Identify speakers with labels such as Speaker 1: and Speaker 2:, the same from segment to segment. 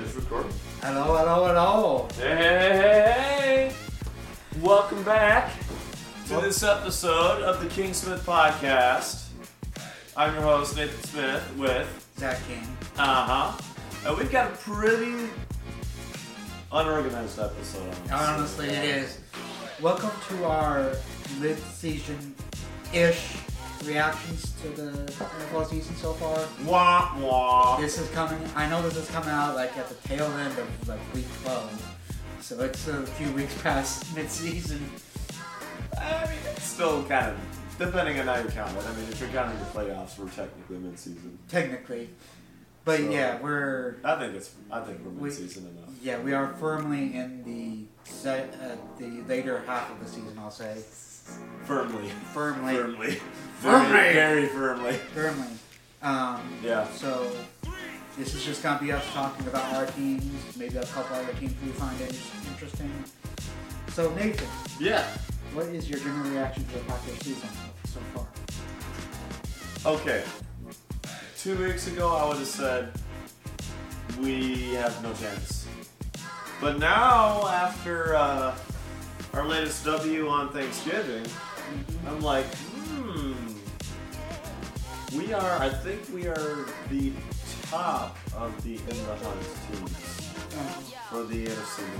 Speaker 1: is recording.
Speaker 2: Hello, hello, hello.
Speaker 1: Hey, hey, hey, hey! Welcome back to this episode of the Kingsmith Podcast. I'm your host, Nathan Smith, with
Speaker 2: Zach King.
Speaker 1: Uh huh. And we've got a pretty unorganized episode on this.
Speaker 2: Honestly, it is. Welcome to our mid-season ish reactions to the NFL season so far.
Speaker 1: Um, Wah wah.
Speaker 2: This is coming. I know this is coming out like at the tail end of like week 12, so it's a few weeks past mid-season.
Speaker 1: I mean, it's still kind of. Depending on how you count it, I mean, if you're counting the playoffs, we're technically mid-season.
Speaker 2: technically. But
Speaker 1: So-
Speaker 2: yeah, we're
Speaker 1: I think it's. I think we're
Speaker 2: We-
Speaker 1: mid-season enough.
Speaker 2: yeah we are firmly in the se- uh, the later half of the season. I'll say
Speaker 1: Firmly.
Speaker 2: firmly,
Speaker 1: Firmly.
Speaker 2: Firmly.
Speaker 1: Very, very firmly.
Speaker 2: firmly. Um,
Speaker 1: Yeah.
Speaker 2: So this is just gonna be us talking about our teams, maybe a couple other teams we find in- interesting. So Nathan,
Speaker 1: Yeah.
Speaker 2: what is your general reaction to the Packers season so far?
Speaker 1: Okay. Two weeks ago, I would have said we have no chance. But now, after uh, our latest W on Thanksgiving, I'm like, hmm. We are. I think we are the top of the in the hunt teams
Speaker 2: Uh,
Speaker 1: for the NFC North. I
Speaker 2: you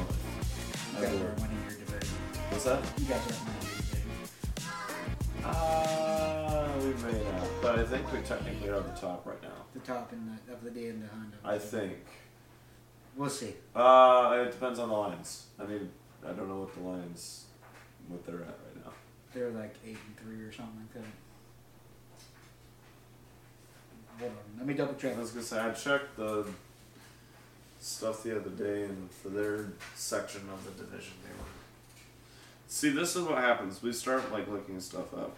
Speaker 2: guys
Speaker 1: believe.
Speaker 2: are winning your division.
Speaker 1: What's that?
Speaker 2: You guys are winning your
Speaker 1: Uh, we
Speaker 2: division.
Speaker 1: may not, but I think we technically are the top right now.
Speaker 2: The top in the, of the day in the hunt.
Speaker 1: I think.
Speaker 2: We'll see.
Speaker 1: Uh, it depends on the Lions. I mean, I don't know what the Lions, what they're at right now.
Speaker 2: They're like eight and three or something like that. Hold on, let me double check.
Speaker 1: I was gonna say I checked the stuff the other day, and for their section of the division, they were. See, this is what happens. We start like looking stuff up.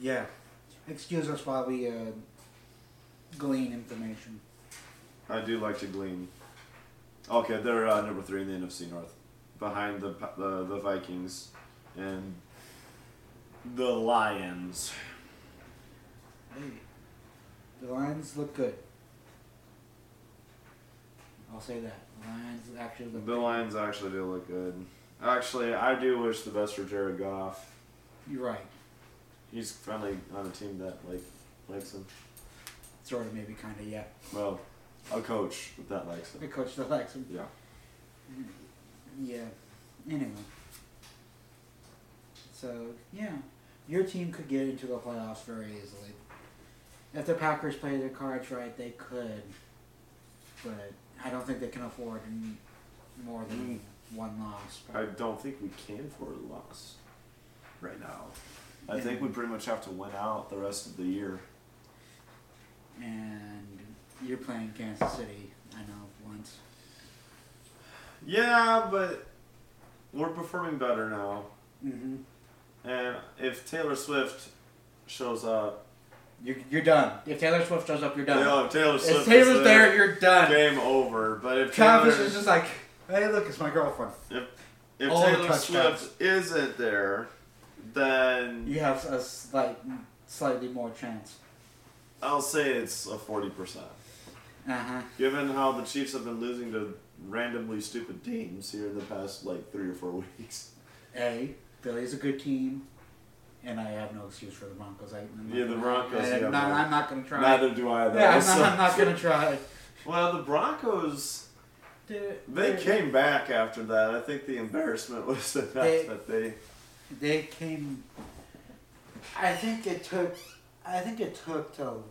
Speaker 2: Yeah. Excuse us while we uh, glean information.
Speaker 1: I do like to glean. Okay, they're uh, number three in the NFC North, behind the Pa- the, the Vikings, and the Lions.
Speaker 2: Hey, the Lions look good. I'll say that. The Lions actually look
Speaker 1: The
Speaker 2: good.
Speaker 1: Lions actually do look good. Actually, I do wish the best for Jared Goff.
Speaker 2: You're right.
Speaker 1: He's finally on a team that like likes him.
Speaker 2: Sort of, maybe, kind of, yeah.
Speaker 1: Well, a coach that likes him.
Speaker 2: The coach that likes him.
Speaker 1: Yeah.
Speaker 2: Yeah. Anyway. So, yeah. Your team could get into the playoffs very easily. If the Packers play their cards right, they could. But I don't think they can afford m- more than one loss.
Speaker 1: Mm. I don't think we can for a loss right now. I think we pretty much have to win out the rest of the year.
Speaker 2: and you're playing Kansas City, I know, once.
Speaker 1: Yeah, but we're performing better now.
Speaker 2: Mm-hmm.
Speaker 1: And if Taylor Swift shows up,
Speaker 2: You're, you're done. If Taylor Swift shows up, you're done.
Speaker 1: Yeah, if Taylor Swift
Speaker 2: if
Speaker 1: is
Speaker 2: Taylor's there, you're done.
Speaker 1: game over. But if
Speaker 2: Travis
Speaker 1: Taylor,
Speaker 2: is just like, hey, look, it's my girlfriend.
Speaker 1: if, if
Speaker 2: all the
Speaker 1: Taylor
Speaker 2: touchdowns.
Speaker 1: Swift isn't there, then
Speaker 2: You have a slight, slightly more chance.
Speaker 1: I'll say it's a forty percent.
Speaker 2: Uh huh.
Speaker 1: Given how the Chiefs have been losing to randomly stupid teams here in the past like three or four weeks.
Speaker 2: A. Philly's a good team, and I have no excuse for the Broncos. I, I'm not
Speaker 1: Yeah, the
Speaker 2: gonna-
Speaker 1: Broncos,
Speaker 2: I,
Speaker 1: yeah,
Speaker 2: am not,
Speaker 1: but-
Speaker 2: I'm not going to try.
Speaker 1: Neither do I. Though,
Speaker 2: yeah, I'm
Speaker 1: so-
Speaker 2: not, I'm not going to try.
Speaker 1: Well, the Broncos
Speaker 2: They,
Speaker 1: they came back after that. I think the embarrassment was enough
Speaker 2: They-
Speaker 1: that they.
Speaker 2: They came. I think it took. I think it took till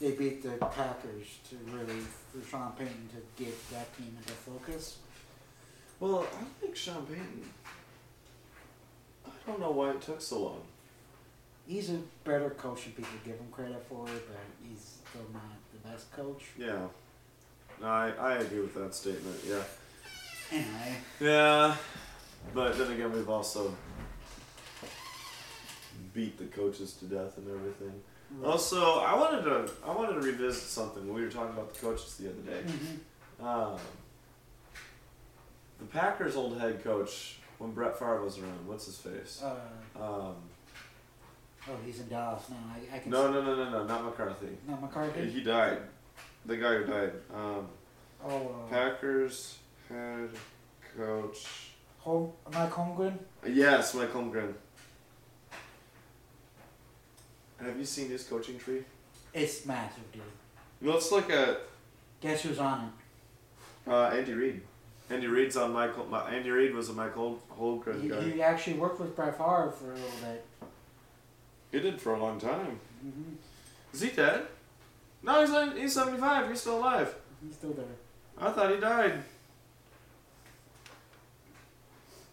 Speaker 2: they beat the Packers to really for Sean Payton to get that team into focus.
Speaker 1: Well, I don't think Sean Payton. I don't know why it took so long.
Speaker 2: He's a better coach than people give him credit for, but he's still not the best coach.
Speaker 1: Yeah. No, I, I agree with that statement. Yeah.
Speaker 2: Anyway.
Speaker 1: Yeah. But then again, we've also beat the coaches to death and everything. Also, I wanted to I wanted to revisit something. We were talking about the coaches the other day.
Speaker 2: Mhm.
Speaker 1: Um, the Packers' old head coach, when Brett Favre was around, what's his face?
Speaker 2: Uh,
Speaker 1: Um,
Speaker 2: oh, he's in Dallas now. I, I can.
Speaker 1: no, no, no, no, no, not McCarthy.
Speaker 2: No, McCarthy.
Speaker 1: He died. The guy who died. Um,
Speaker 2: Oh, uh,
Speaker 1: Packers head coach.
Speaker 2: Hol- Mike Holmgren.
Speaker 1: Yes, Mike Holmgren. Have you seen his coaching tree?
Speaker 2: It's massive, dude.
Speaker 1: It looks like a
Speaker 2: Guess who's on it?
Speaker 1: uh, Andy Reid. Andy Reid's on Michael. My, Andy Reid was a Michael Holmgren guy.
Speaker 2: He, he actually worked with Brett Favre for a little bit.
Speaker 1: He did for a long time.
Speaker 2: hmm
Speaker 1: Is he dead? No, he's not, he's seventy five. He's still alive.
Speaker 2: He's still there.
Speaker 1: I thought he died.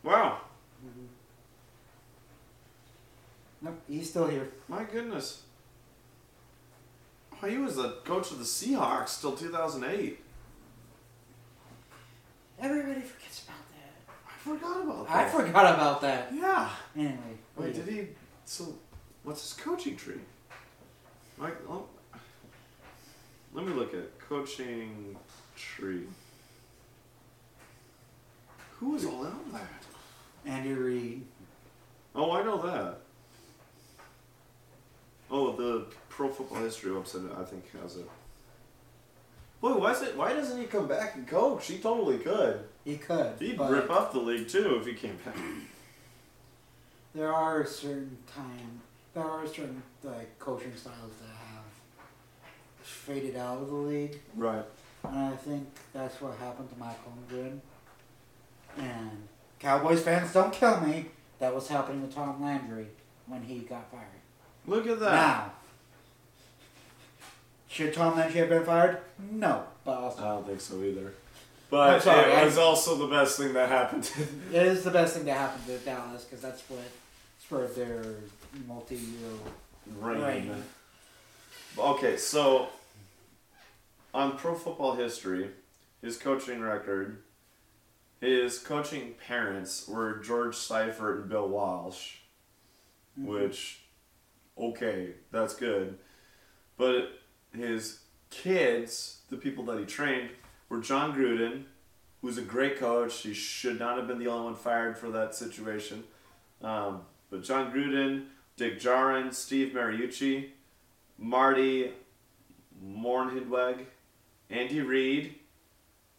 Speaker 1: Wow,
Speaker 2: hmm Nope, he's still here.
Speaker 1: my goodness. Oh, he was the coach of the Seahawks till two thousand eight.
Speaker 2: Everybody forgets about that.
Speaker 1: I forgot about that.
Speaker 2: I forgot about that.
Speaker 1: Yeah.
Speaker 2: Anyway.
Speaker 1: Wait,
Speaker 2: yeah.
Speaker 1: did he? So, what's his coaching tree? Mike, oh, let me look at coaching tree. Who was all in on that?
Speaker 2: Andy Reid.
Speaker 1: Oh, I know that. Oh, the Pro Football History website, I think, has it. Boy, why is it? Why doesn't he come back and coach? He totally could.
Speaker 2: He could.
Speaker 1: He'd
Speaker 2: but
Speaker 1: rip up the league too if he came back.
Speaker 2: There are certain time. There are certain like coaching styles that have faded out of the league.
Speaker 1: Right.
Speaker 2: And I think that's what happened to Mike Holmgren. And Cowboys fans, don't kill me. That was happening with Tom Landry when he got fired.
Speaker 1: Look at that.
Speaker 2: Now, should Tom Landry have been fired? No, but
Speaker 1: I
Speaker 2: also,
Speaker 1: don't think so either. But
Speaker 2: I'm sorry,
Speaker 1: it
Speaker 2: I-
Speaker 1: was also the best thing that happened.
Speaker 2: it is the best thing that happened to Dallas because that's what spurred their multi-year.
Speaker 1: Rain.
Speaker 2: Rain.
Speaker 1: Okay, so on Pro Football History, his coaching record, his coaching parents were George Seifert and Bill Walsh, which, okay, that's good. But his kids, the people that he trained, were John Gruden, who's a great coach. He should not have been the only one fired for that situation. Um, but John Gruden, Dick Jarin, Steve Mariucci, Marty Mornhidweg, Andy Reid,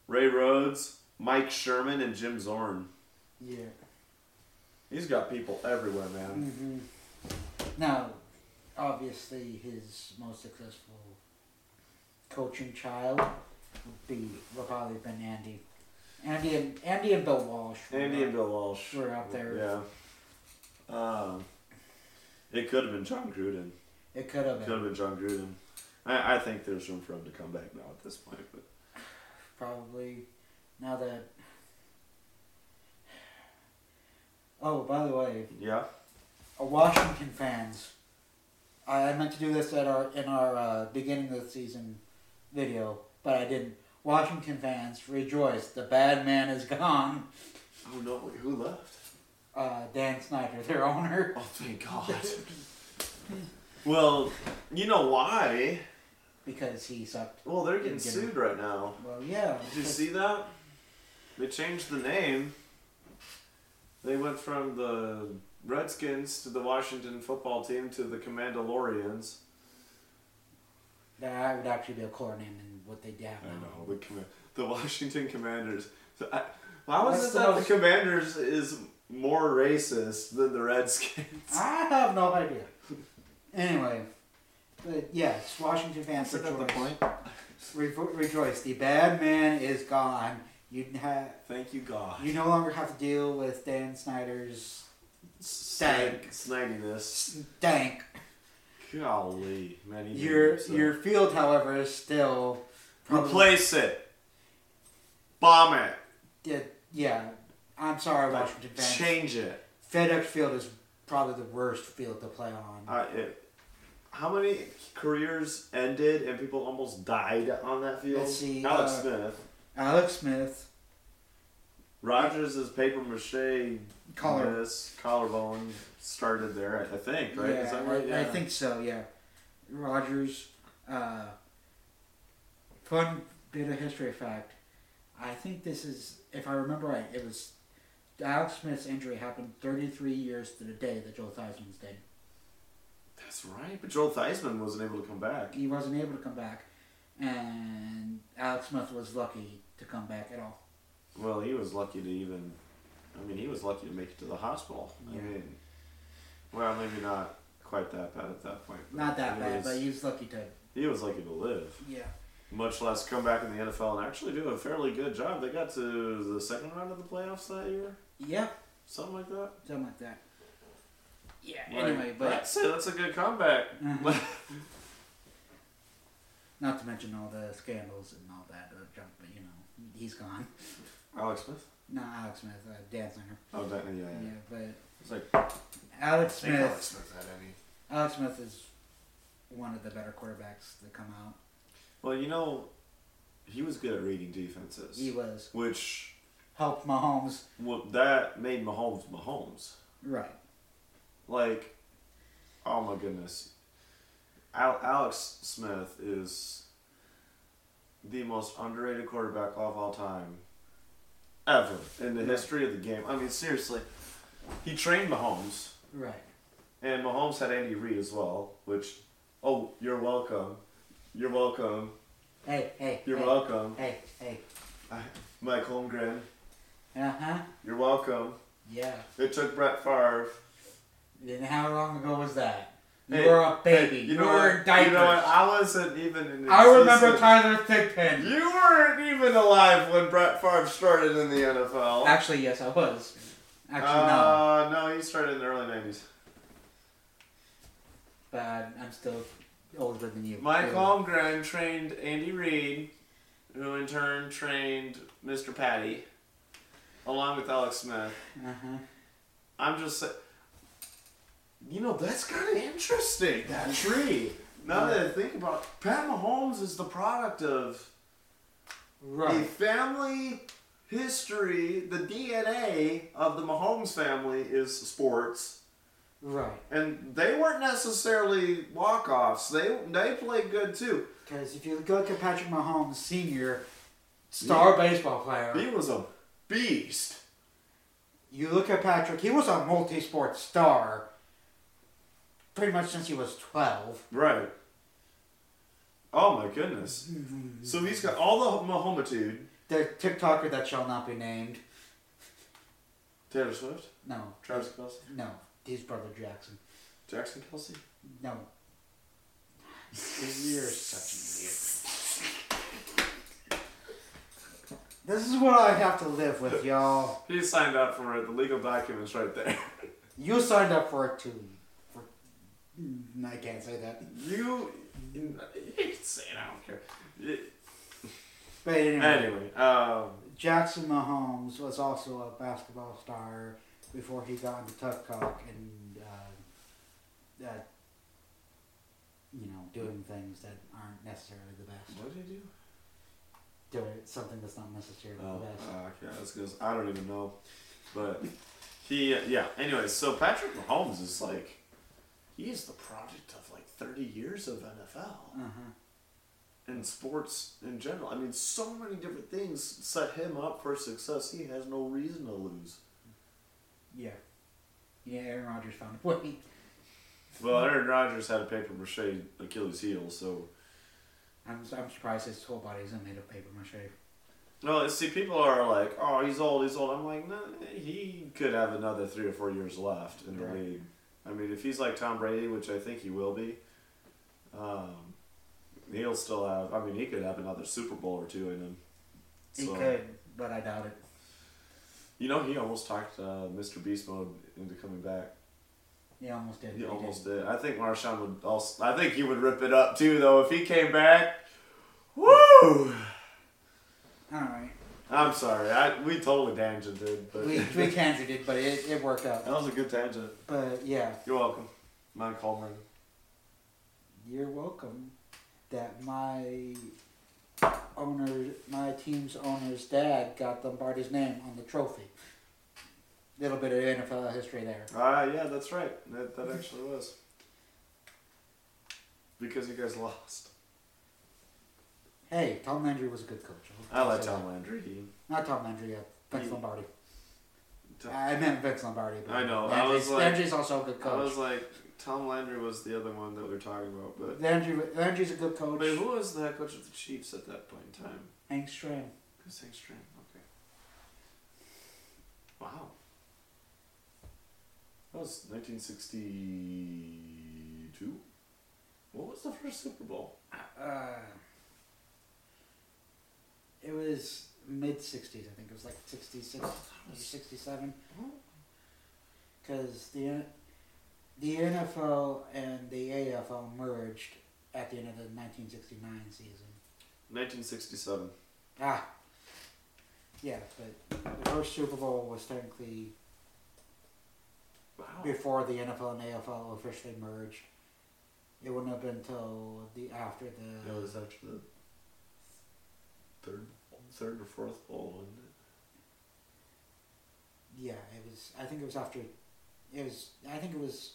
Speaker 1: Ray Rhodes, Mike Sherman, and Jim Zorn.
Speaker 2: Yeah.
Speaker 1: He's got people everywhere, man.
Speaker 2: hmm Now, obviously, his most successful coaching child would be would probably have been Andy. Andy and Andy and Bill Walsh. were-
Speaker 1: Andy and Bill Walsh
Speaker 2: Were out there.
Speaker 1: Yeah. Um, it could have been John Gruden.
Speaker 2: It could have
Speaker 1: Could
Speaker 2: been
Speaker 1: have been John Gruden. I, I think there's room for him to come back now at this point, but
Speaker 2: probably now that. Oh, by the way,
Speaker 1: yeah.
Speaker 2: uh, Washington fans, I I meant to do this at our in our uh, beginning of the season video, but I didn't. Washington fans rejoice! The bad man is gone.
Speaker 1: Oh no! Wait, who left?
Speaker 2: Uh, Dan Snyder, their owner.
Speaker 1: Oh thank God. well, you know why?
Speaker 2: because he sucked.
Speaker 1: Well, they're getting
Speaker 2: Didn't get
Speaker 1: sued right now.
Speaker 2: Well, yeah.
Speaker 1: Did you see that? They changed the name. They went from the Redskins to the Washington football team to the Commandalorians.
Speaker 2: That would actually be a cooler name than what they have
Speaker 1: I
Speaker 2: now.
Speaker 1: know the command, the Washington Commanders. So I, why was
Speaker 2: That's
Speaker 1: it
Speaker 2: the
Speaker 1: that the
Speaker 2: most-
Speaker 1: Commanders is more racist than the Redskins?
Speaker 2: I have no idea. Anyway, but yes, Washington fans
Speaker 1: Isn't that the
Speaker 2: rejoice.
Speaker 1: point?
Speaker 2: Revo- rejoice! The bad man is gone. You have
Speaker 1: Thank you, God.
Speaker 2: you no longer have to deal with Dan Snyder's
Speaker 1: Snag,
Speaker 2: Stank.
Speaker 1: snagginess.
Speaker 2: dank.
Speaker 1: Golly, man. he
Speaker 2: Your
Speaker 1: did it, so-
Speaker 2: your field, however, is still probably-
Speaker 1: replace it. Bomb it.
Speaker 2: Yeah, yeah. I'm sorry, Washington fans.
Speaker 1: Change it.
Speaker 2: FedEx Field is probably the worst field to play on.
Speaker 1: I, it, how many careers ended and people almost died on that field?
Speaker 2: Let's see,
Speaker 1: Alex
Speaker 2: uh,
Speaker 1: Smith.
Speaker 2: Alex Smith,
Speaker 1: Rogers is paper mache
Speaker 2: Collar-
Speaker 1: miss, collarbone started there, I I think, right? is that right?
Speaker 2: I, I think so. Yeah, Rogers. Uh, fun bit of history fact. I think this is, if I remember right, it was Alex Smith's injury happened 33 years to the day that Joe Theismann's did.
Speaker 1: That's right. But Joel Theismann wasn't able to come back.
Speaker 2: He wasn't able to come back, and Alex Smith was lucky to come back at all.
Speaker 1: Well, he was lucky to even. I mean, he was lucky to make it to the hospital.
Speaker 2: Yeah.
Speaker 1: I mean, well, maybe not quite that bad at that point. but
Speaker 2: Not that
Speaker 1: he
Speaker 2: bad,
Speaker 1: was-
Speaker 2: but he was lucky to.
Speaker 1: he was lucky to live.
Speaker 2: Yeah.
Speaker 1: Much less come back in the NFL and actually do a fairly good job. They got to the second round of the playoffs that year,
Speaker 2: Yep.
Speaker 1: something like that.
Speaker 2: Something like that. Yeah.
Speaker 1: Like,
Speaker 2: anyway, but
Speaker 1: that's it. That's a good comeback.
Speaker 2: Mhm. not to mention all the scandals and all that other junk. But you know, he's gone.
Speaker 1: Alex Smith.
Speaker 2: Not Alex Smith, uh, Dan Singer.
Speaker 1: Oh, that, yeah, yeah.
Speaker 2: Yeah, but
Speaker 1: It's like
Speaker 2: Alex
Speaker 1: I think Alex
Speaker 2: Smith.
Speaker 1: Smith had any.
Speaker 2: Alex Smith is one of the better quarterbacks to come out.
Speaker 1: Well, you know, he was good at reading defenses,
Speaker 2: He was
Speaker 1: which
Speaker 2: helped Mahomes.
Speaker 1: well, that made Mahomes Mahomes.
Speaker 2: Right.
Speaker 1: Like, oh my goodness, Al- Alex Smith is the most underrated quarterback of all time, ever in the history of the game. I mean, seriously, he trained Mahomes.
Speaker 2: Right.
Speaker 1: And Mahomes had Andy Reid as well, which, oh, you're welcome. You're welcome.
Speaker 2: Hey, hey.
Speaker 1: You're
Speaker 2: hey,
Speaker 1: welcome.
Speaker 2: Hey, hey.
Speaker 1: Mike Holmgren,
Speaker 2: Uh huh.
Speaker 1: you're welcome.
Speaker 2: Yeah.
Speaker 1: It took Brett Favre.
Speaker 2: Then how long ago was that? You
Speaker 1: Hey,
Speaker 2: were a baby.
Speaker 1: hey,
Speaker 2: you, were in diapers.
Speaker 1: You know what? I wasn't even in
Speaker 2: I remember
Speaker 1: time.
Speaker 2: Tyler Thigpen.
Speaker 1: You weren't even alive when Brett Favre started in the NFL.
Speaker 2: Actually, yes, I was. Actually, no.
Speaker 1: uh, no. he started in the early 90s.
Speaker 2: But I'm still older than you.
Speaker 1: Mike
Speaker 2: Really.
Speaker 1: Holmgren trained Andy Reid, who in turn trained Mr. Patty, along with Alex Smith.
Speaker 2: Uh-huh.
Speaker 1: I'm just saying. You know, that's kind of interesting, that tree. Now that I think about it, Pat Mahomes is the product of a
Speaker 2: Right.
Speaker 1: family history. The DNA of the Mahomes family is sports.
Speaker 2: Right.
Speaker 1: And they weren't necessarily walk offs, they, they played good too.
Speaker 2: Because if you look at Patrick Mahomes, senior star baseball player,
Speaker 1: He was a beast.
Speaker 2: you look at Patrick, he was a multi sport star pretty much since he was 12.
Speaker 1: Right. Oh my goodness. So he's got all the Mahomitude.
Speaker 2: The TikToker that shall not be named.
Speaker 1: Taylor Swift,
Speaker 2: No.
Speaker 1: Travis Kelsey.
Speaker 2: No. His brother Jackson.
Speaker 1: Jackson Kelsey?
Speaker 2: No. You're such an idiot. This is what I have to live with, y'all.
Speaker 1: He signed up for it. The legal document's right there.
Speaker 2: You signed up for it too. For, Mm, I can't say that.
Speaker 1: You, you can say it. I don't care. It-
Speaker 2: But anyway,
Speaker 1: Anyway, um,
Speaker 2: Jackson Mahomes was also a basketball star before he got into tough talk and uh, uh, you know doing things that aren't necessarily the best.
Speaker 1: what did he do?
Speaker 2: Doing something that's not necessarily
Speaker 1: Oh,
Speaker 2: the best.
Speaker 1: uh, okay, that's good. I don't even know, but he, uh, yeah. Anyway, so Patrick Mahomes is like, he is the product of like thirty years of NFL
Speaker 2: Uh huh.
Speaker 1: and sports in general. I mean, so many different things set him up for success. He has no reason to lose.
Speaker 2: Yeah. Yeah, Aaron Rodgers found a way.
Speaker 1: Well, Aaron Rodgers had a paper mache Achilles heel, so.
Speaker 2: I'm, I'm surprised his whole body isn't made of paper mache.
Speaker 1: No, see, people are like, "Oh, he's old, he's old." I'm like, "No, he could have another three or four years left in the
Speaker 2: Right.
Speaker 1: league." I mean, if he's like Tom Brady, which I think he will be, um, he'll still have. I mean, he could have another Super Bowl or two in him.
Speaker 2: He
Speaker 1: So-
Speaker 2: could, but I doubt it.
Speaker 1: You know, he almost talked uh, Mr. Beast mode into coming back.
Speaker 2: He almost did.
Speaker 1: He almost did. I think Marshawn would also. I think he would rip it up too, though, if he came back. Woo!
Speaker 2: All right.
Speaker 1: I'm sorry. I we totally tangented, but
Speaker 2: We, we canceled it, but it, it worked out.
Speaker 1: that was a good tangent.
Speaker 2: But yeah,
Speaker 1: You're welcome, Mike Holmgren.
Speaker 2: you're welcome. That my owner, my team's owner's dad got Lombardi's name on the trophy. Little bit of NFL history there.
Speaker 1: Ah, yeah, that's right. That, that actually was. Because you guys lost.
Speaker 2: Hey, Tom Landry was a good coach. I'll
Speaker 1: I like
Speaker 2: say that.
Speaker 1: Tom Landry. He,
Speaker 2: Not Tom Landry, yeah. Vince
Speaker 1: He-
Speaker 2: Lombardi.
Speaker 1: Tom-
Speaker 2: I meant Vince Lombardi. But
Speaker 1: I know,
Speaker 2: Landry's,
Speaker 1: I was like-
Speaker 2: Landry's also a good
Speaker 1: I
Speaker 2: coach.
Speaker 1: was like, Tom Landry was the other one that we were talking about, but
Speaker 2: Landry, Landry's a good coach.
Speaker 1: wait, who was the head coach of the Chiefs at that point in time?
Speaker 2: Hank Stram.
Speaker 1: It was Hank Stram. Okay. Wow. That was 1962. What was the first Super Bowl?
Speaker 2: Uh, it was mid '60s, I think. It was like '66, '67. Because the N- the NFL and the AFL merged at the end of the 1969 season.
Speaker 1: 1967.
Speaker 2: Ah, yeah, but the first Super Bowl was technically
Speaker 1: Wow.
Speaker 2: before the NFL and AFL officially merged. It wouldn't have been until the after the.
Speaker 1: It was after the third, third or fourth bowl, wasn't it?
Speaker 2: Yeah, it was. I think it was after. It was. I think it was.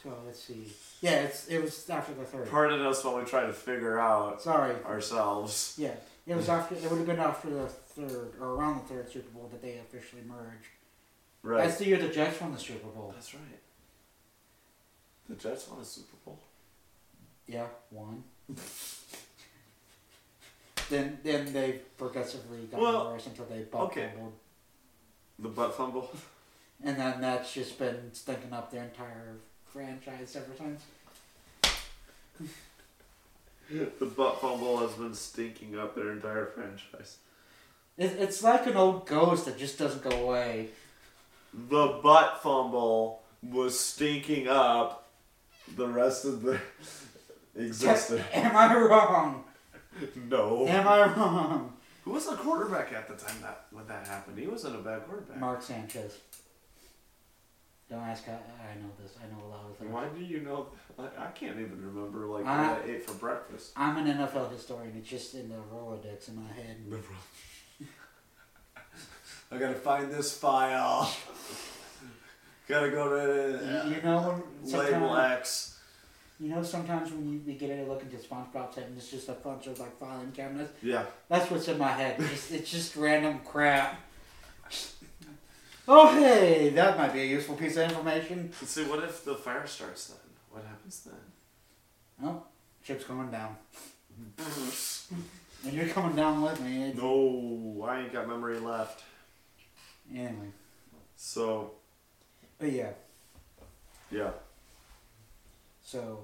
Speaker 2: So let's see. Yeah, it's. It was after the third.
Speaker 1: Pardon us while we try to figure out
Speaker 2: Sorry.
Speaker 1: ourselves.
Speaker 2: Yeah, it was after. It would have been after the third or around the third Super Bowl that they officially merged.
Speaker 1: Right.
Speaker 2: That's the year the Jets won the Super Bowl.
Speaker 1: That's right. The Jets won a Super Bowl.
Speaker 2: Yeah, one. then then they progressively got
Speaker 1: Well,
Speaker 2: worse until they butt
Speaker 1: okay.
Speaker 2: fumbled.
Speaker 1: The butt fumble.
Speaker 2: and then that's just been stinking up their entire franchise ever since.
Speaker 1: the butt fumble has been stinking up their entire franchise.
Speaker 2: It, it's like an old ghost that just doesn't go away.
Speaker 1: The butt fumble was stinking up the rest of their existence.
Speaker 2: Am I wrong?
Speaker 1: no.
Speaker 2: Am I wrong?
Speaker 1: Who was the quarterback at the time that when that happened? He wasn't a bad quarterback.
Speaker 2: Mark Sanchez. Don't ask how I know this. I know a lot of things.
Speaker 1: Why do you know? I, I can't even remember like
Speaker 2: I-
Speaker 1: what I ate for breakfast.
Speaker 2: I'm an NFL historian. It's just in the Rolodex in my head.
Speaker 1: I gotta find this file. gotta go to
Speaker 2: You, you know when
Speaker 1: label
Speaker 2: sometimes,
Speaker 1: X.
Speaker 2: you know sometimes when you, we get a look into SpongeBob's head and it's just a bunch of like filing cabinets.
Speaker 1: Yeah.
Speaker 2: That's what's in my head. It's just, it's just random crap. Oh hey, that might be a useful piece of information.
Speaker 1: Let's see. What if the fire starts then? What happens
Speaker 2: Oh, ship's going down,
Speaker 1: then?
Speaker 2: and you're coming down with me. It's-
Speaker 1: no, I ain't got memory left.
Speaker 2: Anyway,
Speaker 1: So
Speaker 2: but yeah.
Speaker 1: yeah.
Speaker 2: So,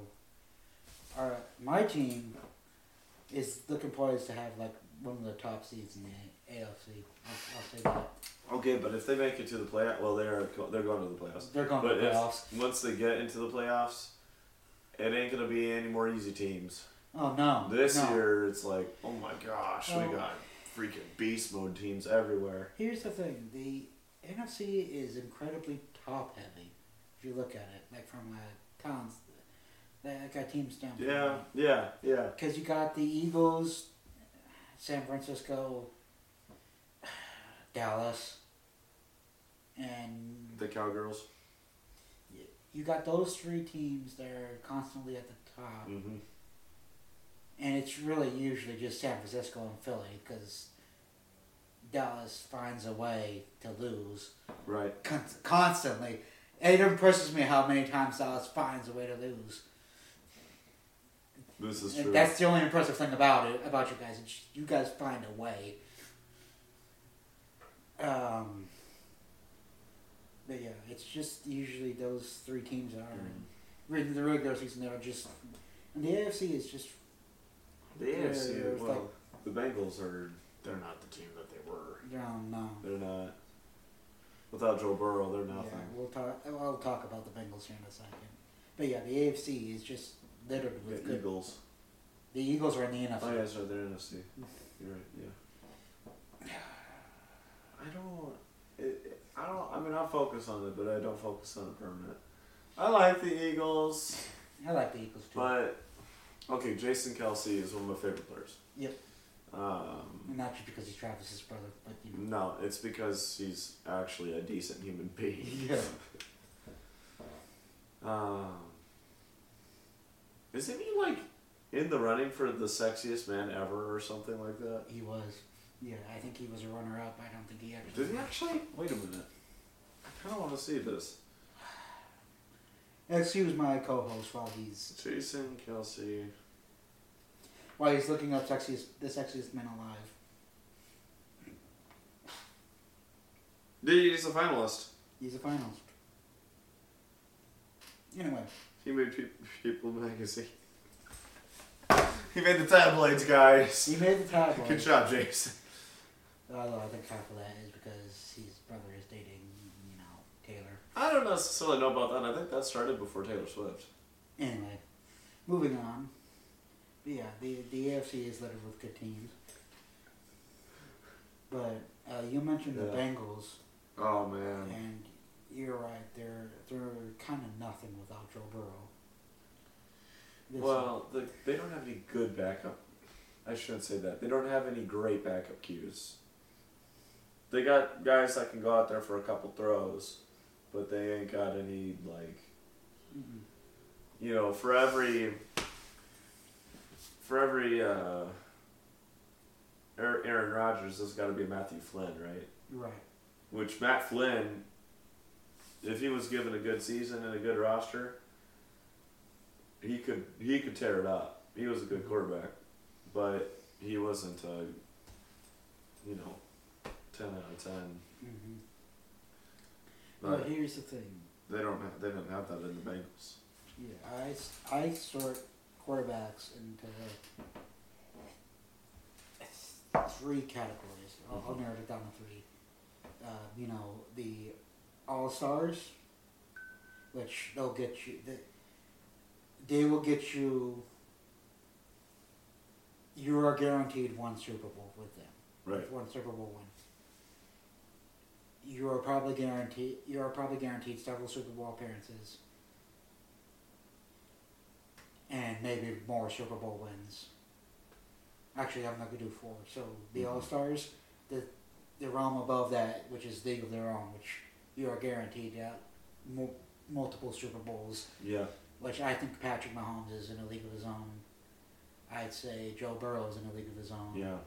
Speaker 2: our my team is looking poised to have like one of the top seeds in the AFC. I'll, I'll say that
Speaker 1: Okay, but if they make it to the playoff, well, they are they're going to the playoffs.
Speaker 2: they're going
Speaker 1: But
Speaker 2: to the
Speaker 1: if-
Speaker 2: playoffs.
Speaker 1: Once they get into the playoffs, it ain't gonna be any more easy teams.
Speaker 2: Oh no!
Speaker 1: This
Speaker 2: no.
Speaker 1: year, it's like, oh my gosh,
Speaker 2: Well-
Speaker 1: we got freaking beast mode teams everywhere.
Speaker 2: Here's the thing: the NFC is incredibly top heavy. If you look at it, like from a talents, like a team standpoint.
Speaker 1: Yeah, yeah, yeah.
Speaker 2: Because you got the Eagles, San Francisco, Dallas, and
Speaker 1: The Cowgirls.
Speaker 2: you got those three teams that are constantly at the top,
Speaker 1: Mm-hmm.
Speaker 2: and it's really usually just San Francisco and Philly because Dallas finds a way to lose
Speaker 1: Right.
Speaker 2: con- constantly. It impresses me how many times Dallas finds a way to lose.
Speaker 1: This is
Speaker 2: And
Speaker 1: true.
Speaker 2: that's the only impressive thing about it about you guys. It's, you guys find a way. Um, but yeah, it's just usually those three teams that are
Speaker 1: Mhm.
Speaker 2: in the regular season that are just. And the AFC is just
Speaker 1: the AFC.
Speaker 2: Yeah, it's
Speaker 1: well, the Bengals are. They're not the team that they were.
Speaker 2: down now.
Speaker 1: They're not. Without Joe Burrow, they're nothing.
Speaker 2: Yeah, we'll talk. I'll talk about the Bengals here in a second. But yeah, the AFC is just littered with
Speaker 1: The
Speaker 2: good.
Speaker 1: Eagles.
Speaker 2: The Eagles are in the NFC.
Speaker 1: Oh yeah, that's right. They're NFC. You're right. Yeah. I don't. It, it- I don't. I mean, I'll focus on it, but I don't focus on it permanent. I like the Eagles.
Speaker 2: I like the Eagles too,
Speaker 1: But okay, Jason Kelsey is one of my favorite players.
Speaker 2: Yep.
Speaker 1: Um,
Speaker 2: and not just because he's Travis's brother, but you know.
Speaker 1: no, it's because he's actually a decent human being.
Speaker 2: Yeah.
Speaker 1: Um, isn't he like in the running for the sexiest man ever or something like that?
Speaker 2: He was. Yeah, I think he was a runner up. I don't think he actually.
Speaker 1: Did he actually? Wait a minute. kind of want to see this.
Speaker 2: Excuse my co-host while he's
Speaker 1: Jason Kelsey.
Speaker 2: while he's looking up sexiest the sexiest men alive.
Speaker 1: He's a finalist.
Speaker 2: He's a finalist. Anyway,
Speaker 1: He made Pe- People Magazine. He made the tabloids, guys.
Speaker 2: he made the tabloid.
Speaker 1: Good job, Jason.
Speaker 2: Although I think half of that is because his brother is dating, you know, Taylor.
Speaker 1: I don't necessarily know about that. I think that started before Taylor Swift.
Speaker 2: Anyway, moving on. But yeah, the the AFC is littered with good teams. But uh, you mentioned the
Speaker 1: Yeah.
Speaker 2: Bengals,
Speaker 1: Oh man.
Speaker 2: and you're right. They're they're kind of nothing without Joe Burrow. This-
Speaker 1: Well, the, they don't have any good backup. I shouldn't say that. They don't have any great backup cues. They got guys that can go out there for a couple throws, but they ain't got any like
Speaker 2: mm-mm.
Speaker 1: you know for every for every uh, Aar- Aaron Rodgers, there's got to be a Matthew Flynn, right?
Speaker 2: you're right.
Speaker 1: Which Matt Flynn, if he was given a good season and a good roster, he could he could tear it up. He was a good quarterback, but he wasn't a you know ten out of ten.
Speaker 2: hmm Well,
Speaker 1: But
Speaker 2: here's the thing.
Speaker 1: they don't have, they didn't have that in the Bengals.
Speaker 2: Yeah, I, s- I sort quarterbacks into three categories. I'll, I'll
Speaker 1: Mhm.
Speaker 2: narrow it down to three. Uh, you know, the all stars, which they'll get you. They, they will get you. You are guaranteed one Super Bowl with them
Speaker 1: Right.
Speaker 2: one Super Bowl win. You are probably guaranteed. You are probably guaranteed several Super Bowl appearances, and maybe more Super Bowl wins. Actually, I'm not gonna do four. So the
Speaker 1: Mhm.
Speaker 2: All Stars, the the realm above that, which is league of their own, which you are guaranteed uh, mul- multiple Super Bowls.
Speaker 1: Yeah.
Speaker 2: Which I think Patrick Mahomes is in a league of his own. I'd say Joe Burrow is in a league of his own.
Speaker 1: Yeah.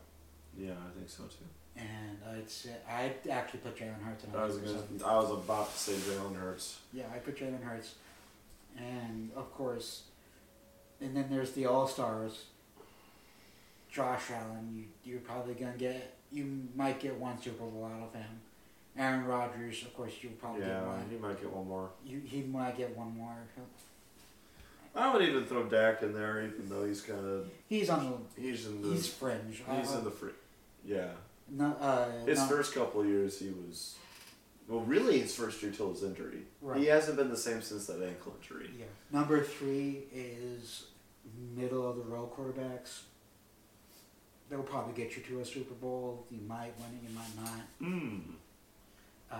Speaker 1: Yeah. I think so too.
Speaker 2: And I'd say I'd actually put Jalen Hurts in.
Speaker 1: I was
Speaker 2: Olympics.
Speaker 1: gonna, I was about to say Jalen Hurts.
Speaker 2: Yeah, I put Jalen Hurts, and of course, and then there's the All Stars. Josh Allen, you you're probably gonna get you might get one Super Bowl out of him. Aaron Rodgers, of course, you'll probably
Speaker 1: Yeah,
Speaker 2: get one.
Speaker 1: he might get one more.
Speaker 2: You, he might get one more.
Speaker 1: I would even throw Dak in there, even though he's kind of
Speaker 2: He's on
Speaker 1: he's in
Speaker 2: the
Speaker 1: the
Speaker 2: he's fringe. I-
Speaker 1: He's in the free. Yeah.
Speaker 2: no, uh,
Speaker 1: His
Speaker 2: no,
Speaker 1: first couple of years, he was. Well, really, his first year till his injury.
Speaker 2: right.
Speaker 1: He hasn't been the same since that ankle injury.
Speaker 2: Yeah. Number three is middle of the road quarterbacks. They'll probably get you to a Super Bowl. You might win it, you might not.
Speaker 1: Mm.
Speaker 2: Uh,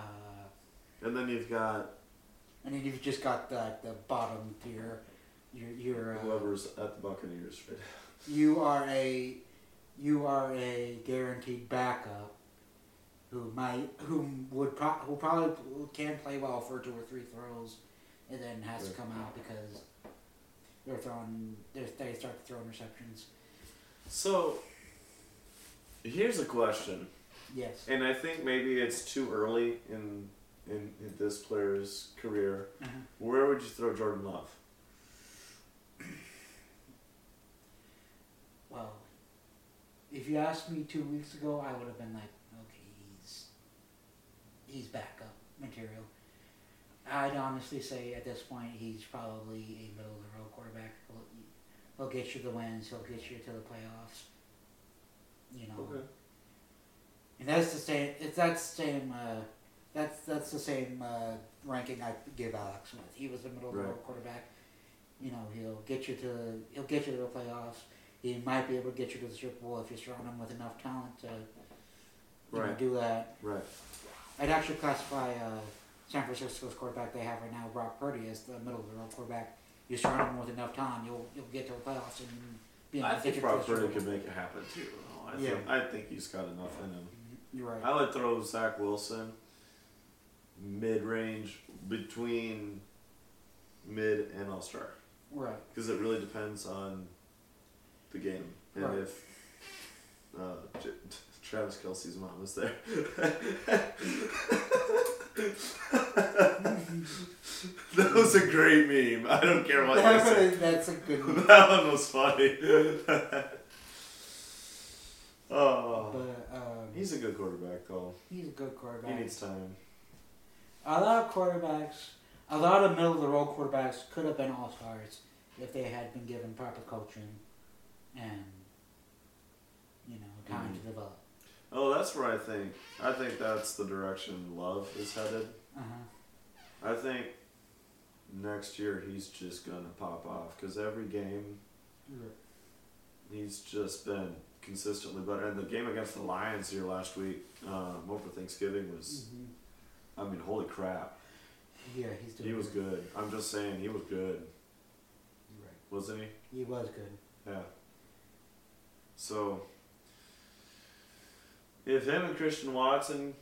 Speaker 1: And then you've got
Speaker 2: and then you've just got the, the bottom tier. You're, you're uh,
Speaker 1: whoever's at the Buccaneers. Right?
Speaker 2: you are a you are a guaranteed backup who might who would pro- who probably can play well for two or three throws and then has to
Speaker 1: Right.
Speaker 2: come out because they're throwing they're, they start throwing receptions.
Speaker 1: So, here's a question,
Speaker 2: Yes.
Speaker 1: and I think maybe it's too early in in, in this player's career.
Speaker 2: Uh-huh.
Speaker 1: Where would you throw Jordan Love?
Speaker 2: Well, if you asked me two weeks ago, I would have been like, okay, he's he's backup material. I'd honestly say at this point he's probably a middle of the road quarterback. He'll, he'll get you the wins. He'll get you to the playoffs. You know, and that's the same. It's that same. Uh, that's that's the same uh, ranking I give Alex Smith. He was the middle of the
Speaker 1: Right.
Speaker 2: road quarterback. You know, he'll get you to he'll get you to the playoffs. He might be able to get you to the Super Bowl if you surround him with enough talent to you know,
Speaker 1: Right.
Speaker 2: do that.
Speaker 1: Right.
Speaker 2: I'd actually classify uh, San Francisco's quarterback they have right now, Brock Purdy, as the middle of the road quarterback. You surround him with enough talent, you'll you'll get to the playoffs and be able
Speaker 1: I
Speaker 2: to
Speaker 1: think
Speaker 2: get you to
Speaker 1: Brock
Speaker 2: the Super
Speaker 1: Purdy
Speaker 2: Bowl.
Speaker 1: could make it happen too. though. I
Speaker 2: Yeah.
Speaker 1: think I think he's got enough in him.
Speaker 2: You're right.
Speaker 1: I would throw Zach Wilson mid range between mid and all star
Speaker 2: Right.
Speaker 1: because it really depends on the game and
Speaker 2: Right.
Speaker 1: if uh, J- Travis Kelsey's mom is there. that was a great meme. I don't care what you
Speaker 2: That's,
Speaker 1: say.
Speaker 2: a, that's a good one.
Speaker 1: That one was funny. oh,
Speaker 2: But um,
Speaker 1: he's a good quarterback though.
Speaker 2: he's a good quarterback.
Speaker 1: He needs time.
Speaker 2: A lot of quarterbacks, a lot of middle of the road quarterbacks could have been all stars if they had been given proper coaching and, you know,
Speaker 1: Mm-hmm.
Speaker 2: time to develop.
Speaker 1: Oh, that's where I think. I think that's the direction Love is headed.
Speaker 2: Uh huh.
Speaker 1: I think next year he's just gonna pop off because every game he's just been consistently better. And the game against the Lions here last week um, over Thanksgiving was,
Speaker 2: hmm
Speaker 1: I mean, holy crap,
Speaker 2: Yeah, he's doing
Speaker 1: he was
Speaker 2: great.
Speaker 1: good. I'm just saying, he was good,
Speaker 2: You're Right.
Speaker 1: wasn't he?
Speaker 2: He was good.
Speaker 1: Yeah. So, if him and Christian Watson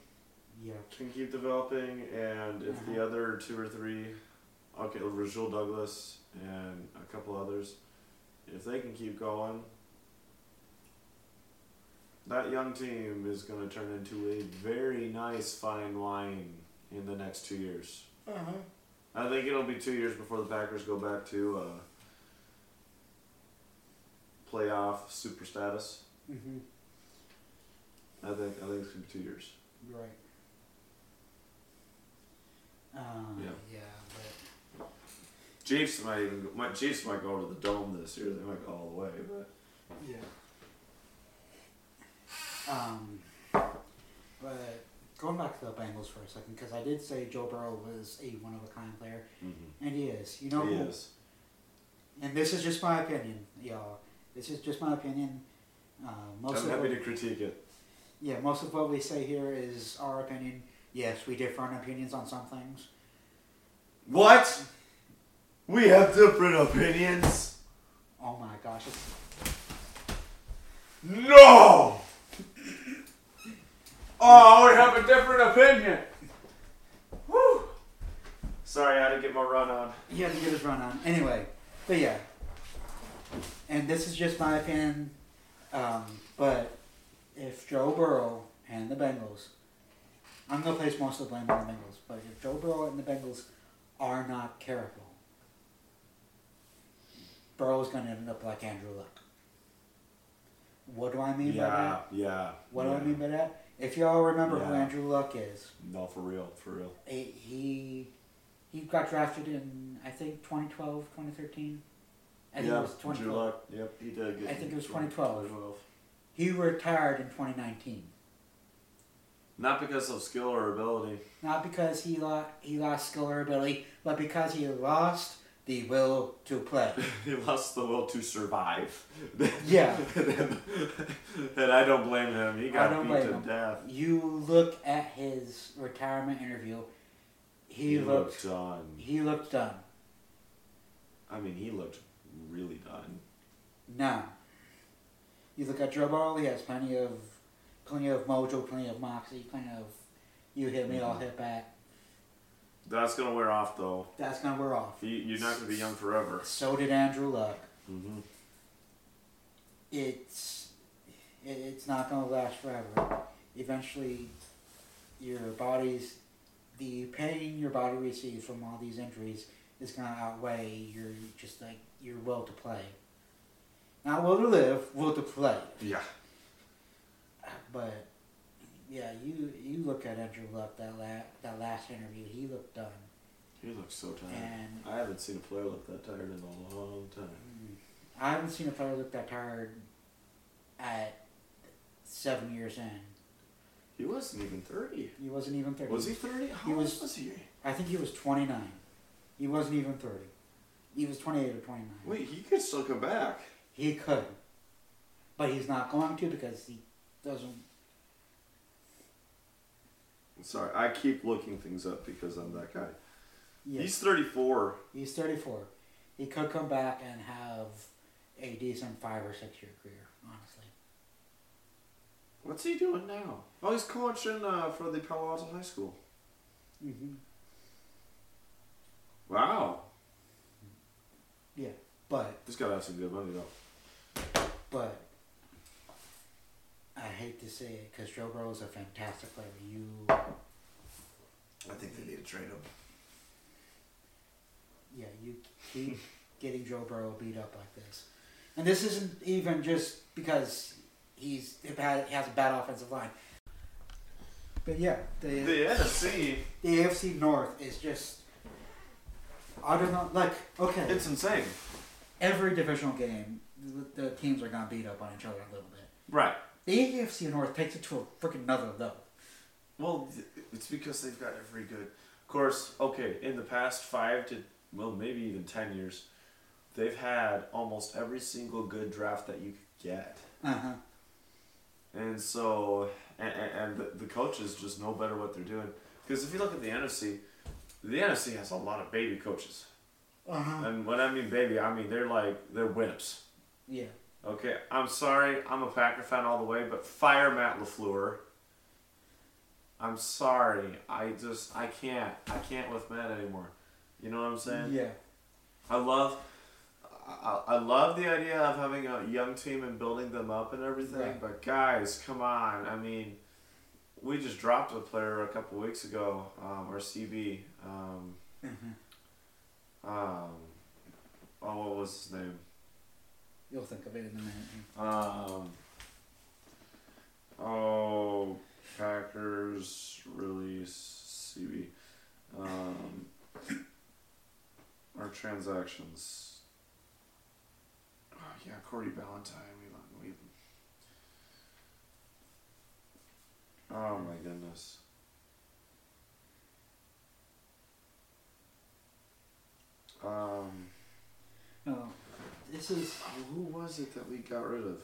Speaker 2: Yeah.
Speaker 1: can keep developing, and if the other two or three, okay, Rajul Douglas and a couple others, if they can keep going, that young team is going to turn into a very nice fine wine in the next two years.
Speaker 2: Uh huh.
Speaker 1: I think it'll be two years before the Packers go back to uh, playoff super status.
Speaker 2: hmm
Speaker 1: I think I think it's gonna be two years.
Speaker 2: You're right. Um,
Speaker 1: Yeah.
Speaker 2: Yeah, but
Speaker 1: Chiefs might even my Chiefs might go over the dome this year. They might go all the way, but
Speaker 2: Yeah. Um, but going back to the Bengals for a second, because I did say Joe Burrow was a one of a kind player, and he is. You know,
Speaker 1: he
Speaker 2: who-
Speaker 1: is.
Speaker 2: and this is just my opinion, y'all. This is just my opinion. Uh, most
Speaker 1: I'm
Speaker 2: of
Speaker 1: happy
Speaker 2: what,
Speaker 1: to critique it.
Speaker 2: yeah, most of what we say here is our opinion. Yes, we differ on opinions on some things.
Speaker 1: What? We have different opinions.
Speaker 2: Oh my gosh, it's,
Speaker 1: No. Oh, we have a different opinion. Woo. Sorry, I had to get my run on.
Speaker 2: He had to get his run on. Anyway, but yeah. And this is just my opinion, um, but if Joe Burrow and the Bengals, I'm going to place most of the blame on the Bengals, but if Joe Burrow and the Bengals are not careful, Burrow's going to end up like Andrew Luck. What do I mean by
Speaker 1: Yeah,
Speaker 2: that?
Speaker 1: yeah.
Speaker 2: What
Speaker 1: yeah.
Speaker 2: do I mean by that? If y'all remember who
Speaker 1: Yeah.
Speaker 2: Andrew Luck is,
Speaker 1: No, for real, for real.
Speaker 2: it, he he got drafted in I think 2012, 2013. I think it was 2012.
Speaker 1: Yep, he did.
Speaker 2: I think it was 2012. He retired in 2019.
Speaker 1: Not because of skill or ability.
Speaker 2: Not because he lost he lost skill or ability, but because he lost the will to play.
Speaker 1: he lost the will to survive.
Speaker 2: Yeah.
Speaker 1: and I don't blame him. He got
Speaker 2: don't
Speaker 1: beat
Speaker 2: blame
Speaker 1: to
Speaker 2: him.
Speaker 1: death.
Speaker 2: you look at his retirement interview. He,
Speaker 1: looked
Speaker 2: looked,
Speaker 1: done.
Speaker 2: he looked done.
Speaker 1: I mean, he looked really done.
Speaker 2: Now, you look at Joe Burrow. He has plenty of plenty of mojo, plenty of moxie, plenty of you hit me, I'll hit back.
Speaker 1: That's gonna wear off though.
Speaker 2: That's gonna wear off.
Speaker 1: You- You're not gonna be young forever.
Speaker 2: So did Andrew Luck. Mm-hmm.
Speaker 1: hmm
Speaker 2: It's it, it's not gonna last forever. Eventually, your body's the pain your body receives from all these injuries is gonna outweigh your just like your will to play. Not will to live, will to play.
Speaker 1: Yeah.
Speaker 2: But yeah, you you look at Andrew Luck that la- that last interview, he looked done,
Speaker 1: He looked so tired.
Speaker 2: and mm,
Speaker 1: I haven't seen a player look that tired in a long time.
Speaker 2: I haven't seen a player look that tired at seven years in.
Speaker 1: He wasn't even thirty.
Speaker 2: He wasn't even 30.
Speaker 1: Was he thirty? How
Speaker 2: He
Speaker 1: old
Speaker 2: was-
Speaker 1: was he?
Speaker 2: I think he was 29. He wasn't even 30. He was 28 or 29.
Speaker 1: Wait, he could still come back.
Speaker 2: He could. But he's not going to because he doesn't.
Speaker 1: Sorry, I keep looking things up because I'm that guy.
Speaker 2: Yeah,
Speaker 1: He's
Speaker 2: he's,
Speaker 1: 34.
Speaker 2: 34. He could come back and have a decent five or six year career, honestly.
Speaker 1: What's he doing now? Oh, he's coaching uh, for the Palo Alto High School. Mm-hmm.
Speaker 2: hmm
Speaker 1: Wow.
Speaker 2: But,
Speaker 1: This guy has some good money, though.
Speaker 2: but, I hate to say it because Joe Burrow is a fantastic player. You
Speaker 3: I think they need to trade him.
Speaker 2: Yeah, you keep getting Joe Burrow beat up like this, and this isn't even just because he's a bad, has a bad offensive line. But yeah,
Speaker 1: The
Speaker 2: the
Speaker 1: NFC,
Speaker 2: the AFC North is just I don't know. Like okay,
Speaker 1: it's insane.
Speaker 2: every divisional game, the, the teams are gonna beat up on each other a little bit.
Speaker 1: Right.
Speaker 2: The AFC North takes it to a freaking another level.
Speaker 1: Well, th- it's because they've got every good. Of course, okay, in the past five to, well, maybe even ten years, they've had almost every single good draft that you could get.
Speaker 2: Uh huh.
Speaker 1: And so, and, and, and the- the coaches just know better what they're doing. Because if you look at the NFC, the NFC has a lot of baby coaches.
Speaker 2: Uh huh.
Speaker 1: And when I mean baby, I mean they're like, they're wimps.
Speaker 2: Yeah.
Speaker 1: Okay, I'm sorry, I'm a Packer fan all the way, but fire Matt LaFleur. I'm sorry, I just, I can't. I can't with Matt anymore. You know what I'm saying?
Speaker 2: Yeah.
Speaker 1: I love. I, I I love the idea of having a young team and building them up and everything,
Speaker 2: Right.
Speaker 1: but guys, come on! I mean, we just dropped a player a couple weeks ago, um, our CB. Um,
Speaker 2: Mhm.
Speaker 1: um, oh, what was his name?
Speaker 2: You'll think of it in a minute.
Speaker 1: Um, oh, Packers release CB. Um, our transactions. Oh, yeah, Corey Ballantyne. We, we, oh my goodness. Um,
Speaker 2: Oh, this is.
Speaker 1: who was it that we got rid of?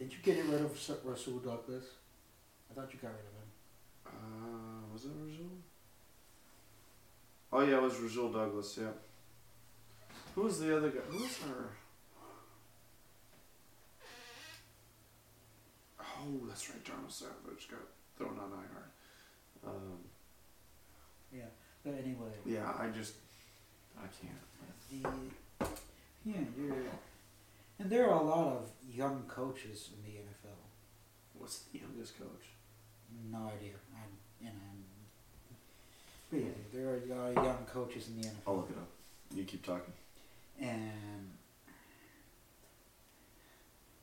Speaker 2: Did you get rid of Su- Russell Douglas? I thought you got rid of him.
Speaker 1: Uh, was it Razul? Oh yeah, it was Razul Douglas. Yeah. Who was the other guy? Who was her? Oh, that's right. Darnell Savage got thrown on IR. Um,
Speaker 2: Yeah. But anyway,
Speaker 1: yeah, I just, I can't.
Speaker 2: the yeah you're, and there are a lot of young coaches in the NFL.
Speaker 1: What's the youngest coach?
Speaker 2: No idea. I and I'm, but yeah, there are a lot of young coaches in the NFL.
Speaker 1: I'll look it up. You keep talking.
Speaker 2: Oh. and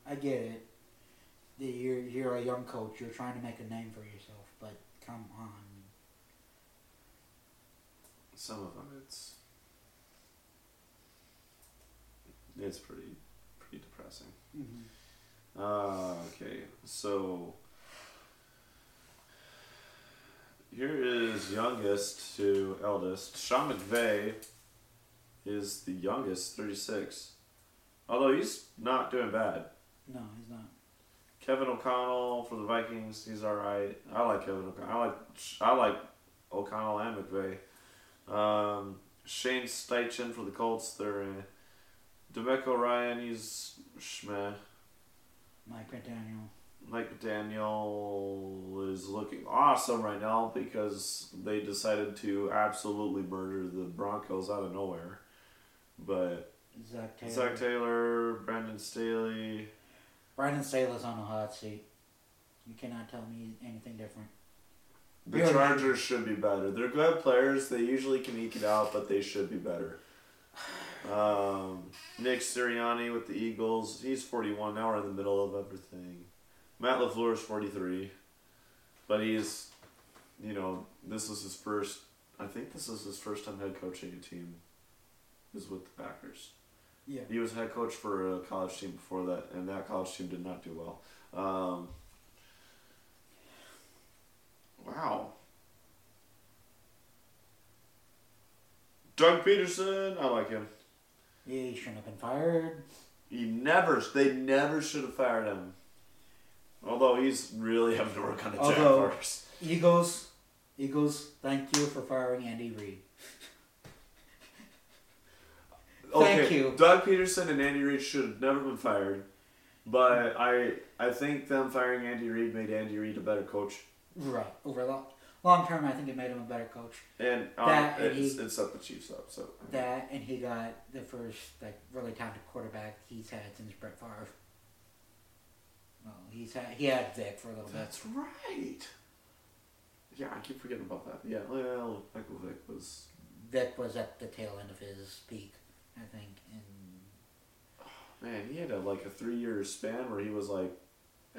Speaker 2: I get it. That you're you're a young coach. You're trying to make a name for yourself, but come on,
Speaker 1: Some of them, it's, it's pretty, pretty depressing.
Speaker 2: mm-hmm.
Speaker 1: Ah, okay. So here is youngest to eldest. Sean McVay is the youngest, thirty six. Although he's not doing bad.
Speaker 2: no, he's not.
Speaker 1: Kevin O'Connell for the Vikings, he's all right. I like Kevin O'Connell. I like I like O'Connell and McVay. Um, Shane Steichen for the Colts. They're in. Demeco Ryan, he's schmeh.
Speaker 2: Mike McDaniel.
Speaker 1: Mike Daniel is looking awesome right now because they decided to absolutely murder the Broncos out of nowhere. But
Speaker 2: Zach Taylor.
Speaker 1: Zach Taylor, Brandon Staley,
Speaker 2: Brandon Saylor's on a hot seat. You cannot tell me anything different.
Speaker 1: the
Speaker 2: Yeah.
Speaker 1: Chargers should be better. They're good players. They usually can eke it out, but they should be better. Um, Nick Sirianni with the Eagles. He's 41. Now we're in the middle of everything. Matt LaFleur is 43. But he's, you know, this is his first, I think this is his first time head coaching a team, is with the Packers.
Speaker 2: Yeah.
Speaker 1: He was head coach for a college team before that, and that college team did not do well. Um, wow. Doug Peterson, I like him.
Speaker 2: He shouldn't have been fired.
Speaker 1: He never. They never should have fired him. Although he's really having to work on the
Speaker 2: Although-
Speaker 1: Jaguars.
Speaker 2: Eagles. Eagles, thank you for firing Andy Reid. thank you.
Speaker 1: Doug Peterson and Andy Reid should have never been fired, but I I think them firing Andy Reid made Andy Reid a better coach.
Speaker 2: Right. Over long, long term, I think it made him a better coach.
Speaker 1: And um,
Speaker 2: That and
Speaker 1: it's,
Speaker 2: he-
Speaker 1: it's up the Chiefs up. So
Speaker 2: That and he got the first like really talented quarterback he's had since Brett Favre. Well, he's had he had Vic for a little bit.
Speaker 1: that's right. yeah, I keep forgetting about that. Yeah, well, Michael Vick was.
Speaker 2: Vic was at the tail end of his peak, I think, and
Speaker 1: Man, he had a, like a three year span where he was like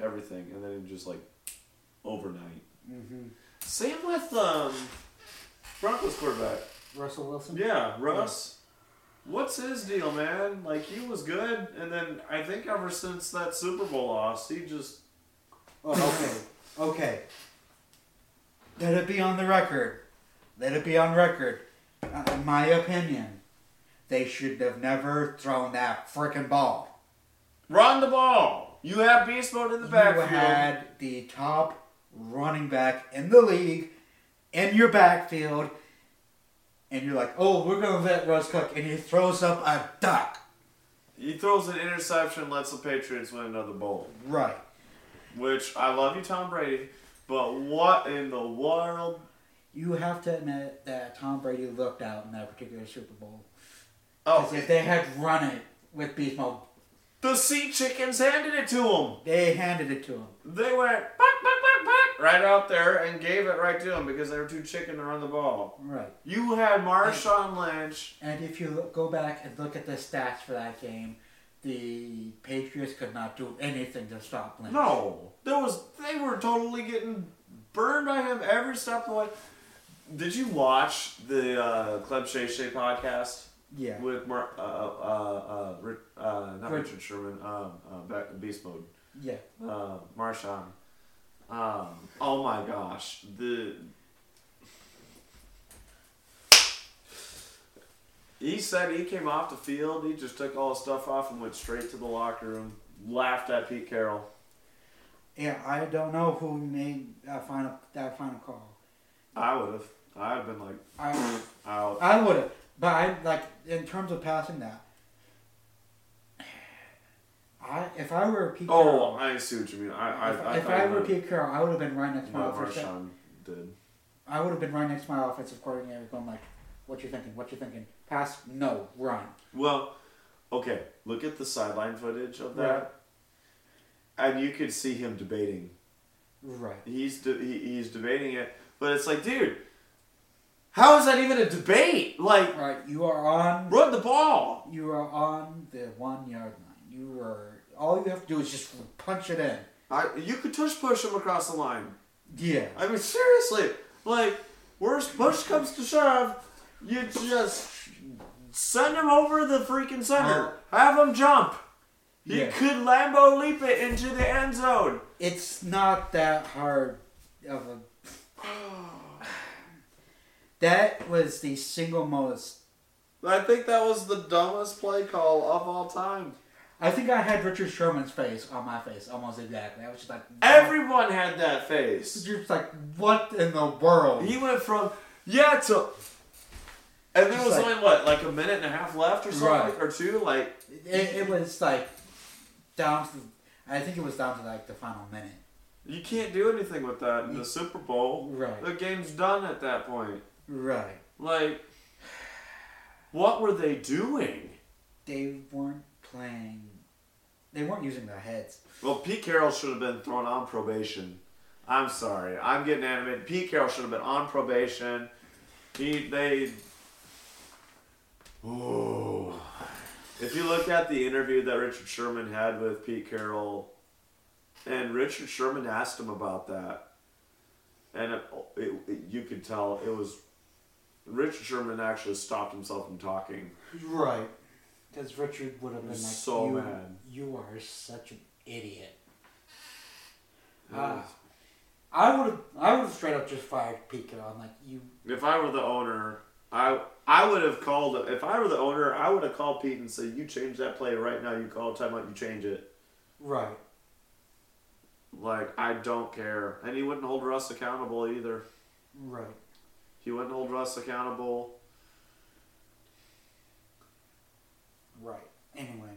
Speaker 1: everything, and then just like overnight.
Speaker 2: Mm-hmm.
Speaker 1: Same with um, Broncos quarterback.
Speaker 2: Russell Wilson.
Speaker 1: Yeah, Russ. What's his deal, man? Like he was good, and then I think ever since that Super Bowl loss, he just
Speaker 2: Oh, okay. okay. Let it be on the record. Let it be on record. Uh, in my opinion, they should have never thrown that freaking ball.
Speaker 1: run the ball. You have beast mode in the
Speaker 2: You
Speaker 1: backfield.
Speaker 2: had the top running back in the league in your backfield, and you're like, oh, we're going to let Russ cook, and he throws up a duck.
Speaker 1: He throws an interception, lets the Patriots win another bowl.
Speaker 2: Right.
Speaker 1: Which I love you, Tom Brady, but what in the world?
Speaker 2: You have to admit that Tom Brady looked out in that particular Super Bowl.
Speaker 1: Oh,
Speaker 2: Because if they had run it with beast mode,
Speaker 1: the sea chickens handed it to him.
Speaker 2: They handed it to him.
Speaker 1: They went "Bark, bark, bark, bark," right out there and gave it right to him because they were too chicken to run the ball.
Speaker 2: Right.
Speaker 1: You had Marshawn Lynch.
Speaker 2: And if you look, go back and look at the stats for that game, the Patriots could not do anything to stop Lynch.
Speaker 1: No, there was they were totally getting burned by him every step of the way. Did you watch the uh, Club Shay Shay podcast?
Speaker 2: Yeah.
Speaker 1: with Mar- uh, uh, uh, Ri- uh, not
Speaker 2: Good.
Speaker 1: Richard Sherman, um, uh, back, Beast Mode,
Speaker 2: Yeah.
Speaker 1: uh, Marshawn. Um, oh my gosh, the he said he came off the field, he just took all his stuff off and went straight to the locker room, laughed at Pete Carroll.
Speaker 2: Yeah. I don't know who made that final that final call.
Speaker 1: I would have, I'd have been like
Speaker 2: I
Speaker 1: out.
Speaker 2: I would have, but I like in terms of passing that. I if I were Pete
Speaker 1: Oh,
Speaker 2: Carroll,
Speaker 1: I see what you mean. I, I,
Speaker 2: if
Speaker 1: I
Speaker 2: if
Speaker 1: thought
Speaker 2: I
Speaker 1: you
Speaker 2: were
Speaker 1: meant
Speaker 2: Pete Carroll, I would have been right next to my
Speaker 1: what
Speaker 2: offensive.
Speaker 1: Marshawn did.
Speaker 2: I would have been right next to my offensive coordinator, going like, "What you thinking? What you thinking? Pass? No, run."
Speaker 1: Well, okay, look at the sideline footage of that. And you could see him debating.
Speaker 2: Right.
Speaker 1: He's de- he, he's debating it, but it's like, dude, how is that even a debate? Like,
Speaker 2: Right. You are on.
Speaker 1: run the ball.
Speaker 2: You are on the one yard line. You are. All you have to do is just punch it in.
Speaker 1: I, you could tush push him across the line.
Speaker 2: Yeah.
Speaker 1: I mean, seriously, like, worst push comes to shove, you just send him over the freaking center. Have him jump. He
Speaker 2: Yeah.
Speaker 1: could Lambo leap it into the end zone.
Speaker 2: It's not that hard of a. that was the single most.
Speaker 1: I think that was the dumbest play call of all time.
Speaker 2: I think I had Richard Sherman's face on my face almost exactly. I was just like.
Speaker 1: Everyone had that face.
Speaker 2: You're just like, what in the world?
Speaker 1: He went from yeah to, and there
Speaker 2: Just
Speaker 1: was
Speaker 2: like-
Speaker 1: only what like a minute and a half left or something or two. Like
Speaker 2: It, it was like down to, I think it was down to like the final minute.
Speaker 1: you can't do anything with that in the Super Bowl.
Speaker 2: Right.
Speaker 1: The game's done at that point.
Speaker 2: Right.
Speaker 1: Like, what were they doing?
Speaker 2: They weren't playing. They weren't using their heads.
Speaker 1: Well, Pete Carroll should have been thrown on probation. I'm sorry, I'm getting animated. Pete Carroll should have been on probation. He they. Ooh. If you look at the interview that Richard Sherman had with Pete Carroll, and Richard Sherman asked him about that, and it, it, it- you could tell it was Richard Sherman actually stopped himself from talking.
Speaker 2: Right. Because Richard would have been like,
Speaker 1: He's so
Speaker 2: you,
Speaker 1: mad."
Speaker 2: you are such an idiot.
Speaker 1: It
Speaker 2: Ah.
Speaker 1: was-
Speaker 2: I would have, I would have straight up just fired Pete Carroll. I'm like, you.
Speaker 1: If I were the owner, I I would have called. If I were the owner, I would have called Pete and said, "You change that play right now. You call a timeout. You change it."
Speaker 2: Right.
Speaker 1: Like I don't care, and he wouldn't hold Russ accountable either.
Speaker 2: Right.
Speaker 1: He wouldn't hold Russ accountable.
Speaker 2: Right. Anyway.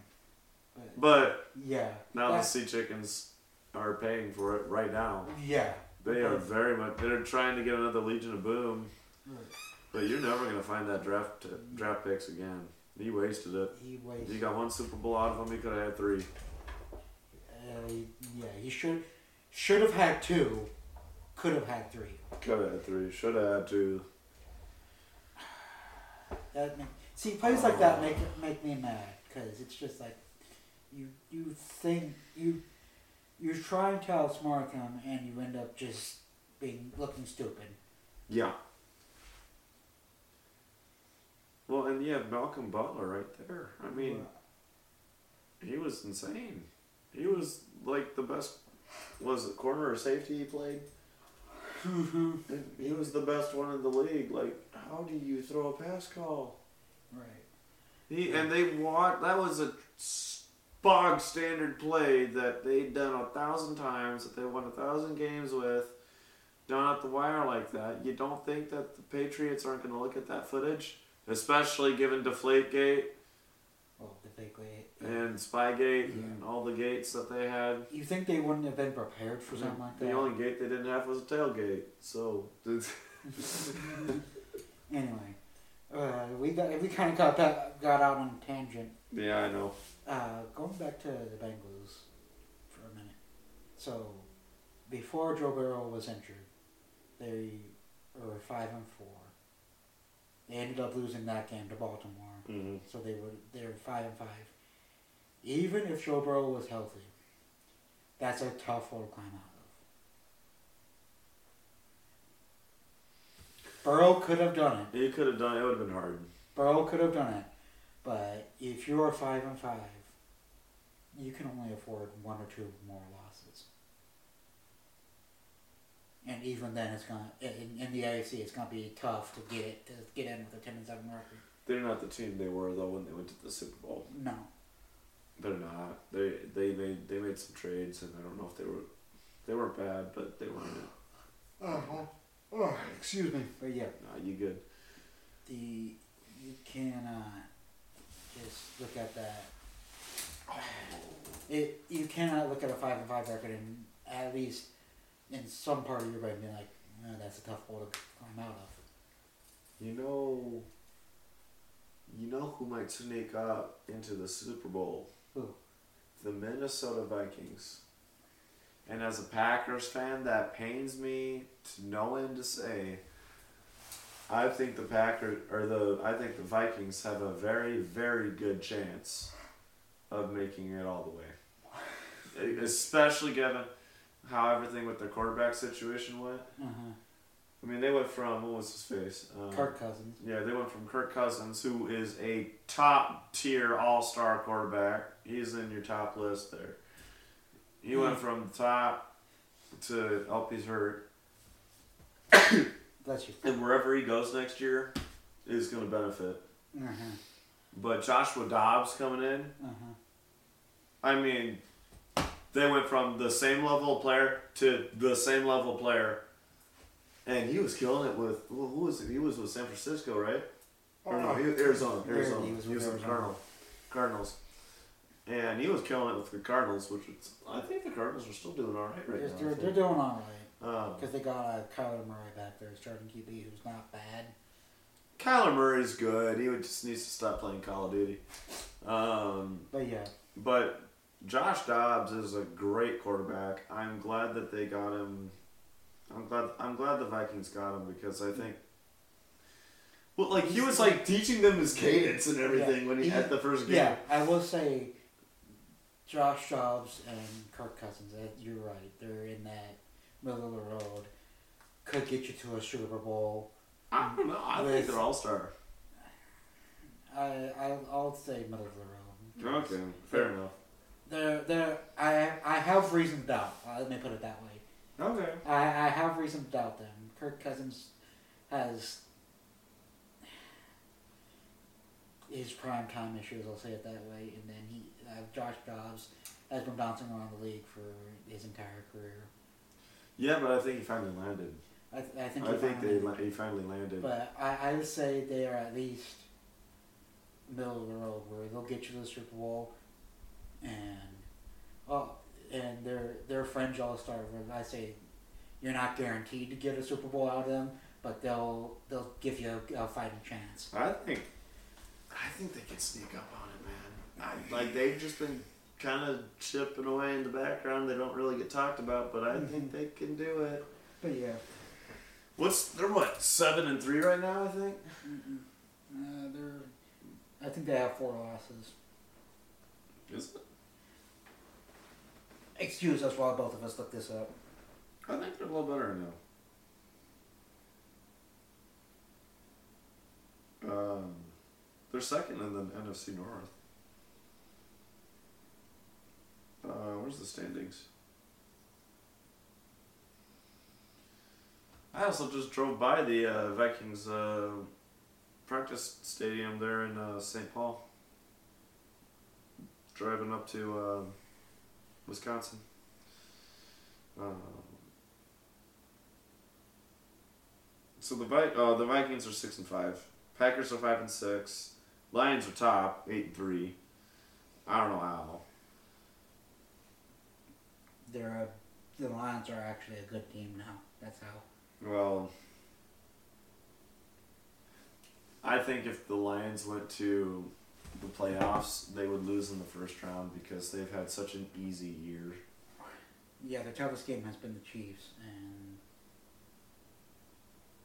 Speaker 2: But,
Speaker 1: But
Speaker 2: yeah.
Speaker 1: now
Speaker 2: that-
Speaker 1: the Sea Chickens are paying for it right now.
Speaker 2: Yeah.
Speaker 1: They are very much. They're trying to get another Legion of Boom,
Speaker 2: Right.
Speaker 1: but you're never gonna find that draft draft picks again. He wasted it.
Speaker 2: He wasted.
Speaker 1: He got one Super Bowl out of him. He could have had three.
Speaker 2: Uh, yeah, he should should have had two, could have had three.
Speaker 1: Could have had three. Should have had two.
Speaker 2: That make, see plays like that make make me mad because it's just like you you think you you try and tell smart them and you end up just being looking stupid.
Speaker 1: Yeah. Well, and you have Malcolm Butler right there. I mean, he was insane. He was like the best. Was it corner or safety he played?
Speaker 2: Mhm.
Speaker 1: He was the best one in the league. Like, how do you throw a pass call?
Speaker 2: right.
Speaker 1: He and they want that was a s- bog standard play that they'd done a thousand times that they won a thousand games with. Down at the wire like that, you don't think that the Patriots aren't going to look at that footage, especially given Deflategate
Speaker 2: Well, the big way.
Speaker 1: and Spygate and all the gates that they had.
Speaker 2: You think they wouldn't have been prepared for something like
Speaker 1: the
Speaker 2: that?
Speaker 1: only gate they didn't have was a tailgate. So
Speaker 2: anyway, uh, we got we kind of got that got out on a tangent.
Speaker 1: yeah, I know.
Speaker 2: Uh, going back to the Bengals for a minute. So, before Joe Burrow was injured, they were five and four. They ended up losing that game to Baltimore,
Speaker 1: Mm-hmm.
Speaker 2: so they were they were five and five. Even if Joe Burrow was healthy, that's a tough hole to climb out of. Burrow could have done it.
Speaker 1: He could have done. It would have been hard.
Speaker 2: Burrow could have done it, but if you're five and five, you can only afford one or two more losses. And even then, it's gonna in, in the AFC, it's gonna be tough to get it to get in with a ten and seven record.
Speaker 1: They're not the team they were though when they went to the Super Bowl.
Speaker 2: No,
Speaker 1: They're not. They they made they made some trades, and I don't know if they were they weren't bad, but they weren't.
Speaker 2: excuse me, but yeah,
Speaker 1: Nah, you good?
Speaker 2: the you cannot just look at that. It you cannot look at a five and five record and at least in some part of your brain be like, no, that's a tough hole to climb out of.
Speaker 1: You know. You know who might sneak up into the Super Bowl?
Speaker 2: Who?
Speaker 1: The Minnesota Vikings. And as a Packers fan, that pains me to no end to say. I think the Packers or the I think the Vikings have a very very good chance of making it all the way. Especially given how everything with their quarterback situation went.
Speaker 2: Uh-huh.
Speaker 1: I mean, they went from what was his face? Um,
Speaker 2: Kirk Cousins.
Speaker 1: yeah, they went from Kirk Cousins, who is a top tier all star quarterback. He's in your top list there. He went from top to up he's hurt.
Speaker 2: Bless you.
Speaker 1: And wherever he goes next year is gonna benefit.
Speaker 2: Uh-huh.
Speaker 1: But Joshua Dobbs coming in,
Speaker 2: Uh-huh.
Speaker 1: I mean they went from the same level player to the same level player. And he was killing it with who who was it? He was with San Francisco, right? Or no, he was Arizona.
Speaker 2: Yeah,
Speaker 1: Arizona.
Speaker 2: he
Speaker 1: He
Speaker 2: was
Speaker 1: was,
Speaker 2: with
Speaker 1: with
Speaker 2: Arizona.
Speaker 1: Cardinals. Cardinals. And he was killing it with the Cardinals, which is, I think the Cardinals are still doing all right right
Speaker 2: They're,
Speaker 1: now. I
Speaker 2: they're, they're
Speaker 1: think.
Speaker 2: doing all right
Speaker 1: Um,
Speaker 2: because they got uh, Kyler Murray back there, starting QB, who's not bad.
Speaker 1: Kyler Murray's good. He would just needs to stop playing Call of Duty. Um,
Speaker 2: But yeah,
Speaker 1: but Josh Dobbs is a great quarterback. I'm glad that they got him. I'm glad. I'm glad the Vikings got him because I think. Well, like he was like teaching them his cadence and everything when he
Speaker 2: He-
Speaker 1: at the first game.
Speaker 2: yeah, I will say, Josh Jobs and Kirk Cousins. uh, You're right. They're in that middle of the road. Could get you to a Super Bowl.
Speaker 1: I don't know. I think
Speaker 2: With-
Speaker 1: they're all star.
Speaker 2: I I'll, I'll say middle of the road.
Speaker 1: Okay, fair enough.
Speaker 2: They're, they're, I I have reason to doubt. Uh, let me put it that way.
Speaker 1: Okay.
Speaker 2: I, I have reason to doubt them. Kirk Cousins has his prime time issues, I'll say it that way, and then he uh, Josh Dobbs has been bouncing around the league for his entire career.
Speaker 1: Yeah, but I think he finally landed.
Speaker 2: I, th- I think
Speaker 1: I
Speaker 2: he
Speaker 1: think
Speaker 2: finally-
Speaker 1: they la- he finally landed.
Speaker 2: but I, I would say they are at least middle of the road where they'll get you to the Super Bowl, and oh, and they're they're fringe all star. Where I say you're not guaranteed to get a Super Bowl out of them, but they'll they'll give you a, a fighting chance.
Speaker 1: I think I think they can sneak up on it, man. I, like they've just been Mm-hmm. kind of chipping away in the background. They don't really get talked about, but I think they can do it.
Speaker 2: But yeah,
Speaker 1: What's they're what seven and three right now? I think.
Speaker 2: mm-mm. uh, they're. I think they have four losses.
Speaker 1: Is it?
Speaker 2: Excuse us while both of us look this up.
Speaker 1: I think they're a little better now. Um, they're second in the NFC North. Uh, where's the standings? I also just drove by the uh, Vikings uh, practice stadium there in uh, St. Paul. Driving up to uh, Wisconsin. Um, So the Vi- uh, the Vikings are six and five. Packers are five and six. Lions are top eight and three. I don't know how.
Speaker 2: They're a, the Lions are actually a good team now. That's how.
Speaker 1: Well, I think if the Lions went to the playoffs, they would lose in the first round because they've had such an easy year.
Speaker 2: Yeah, their toughest game has been the Chiefs, and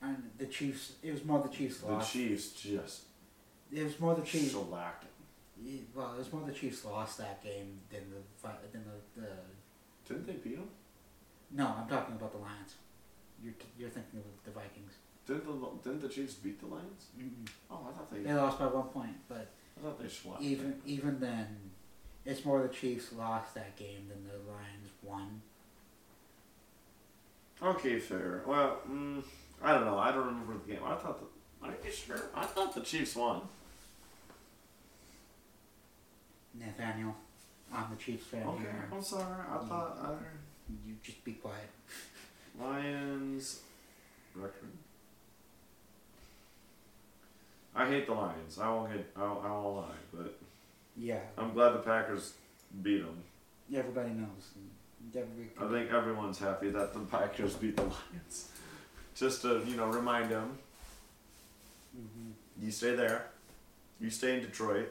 Speaker 2: and the Chiefs. It was more the Chiefs'
Speaker 1: The
Speaker 2: loss.
Speaker 1: Chiefs just
Speaker 2: it was more the Chiefs.
Speaker 1: shellacked it.
Speaker 2: yeah, Well, it was more the Chiefs lost that game than the fi- than the, the.
Speaker 1: Didn't they beat them?
Speaker 2: No, I'm talking about the Lions. You're t- you're thinking of the Vikings.
Speaker 1: Didn't the didn't the Chiefs beat the Lions?
Speaker 2: Mm-mm.
Speaker 1: Oh, I thought they
Speaker 2: They lost by one point, but
Speaker 1: I thought they shellacked.
Speaker 2: even
Speaker 1: them.
Speaker 2: even then, it's more the Chiefs lost that game than the Lions won.
Speaker 1: Okay, fair. Well, mm, I don't know. I don't remember the game. I thought the. Are you sure? I thought the Chiefs won.
Speaker 2: Nathaniel, I'm the Chiefs fan
Speaker 1: Okay,
Speaker 2: here.
Speaker 1: I'm sorry. I thought uh,
Speaker 2: You just be quiet.
Speaker 1: I, Lions record. I hate the Lions. I won't get. I won't, I won't lie, but
Speaker 2: Yeah,
Speaker 1: I'm glad the Packers beat them.
Speaker 2: everybody knows. Everybody
Speaker 1: I think everyone's happy that the Packers beat the Lions. Just to you know remind them,
Speaker 2: hmm
Speaker 1: you stay there, you stay in Detroit.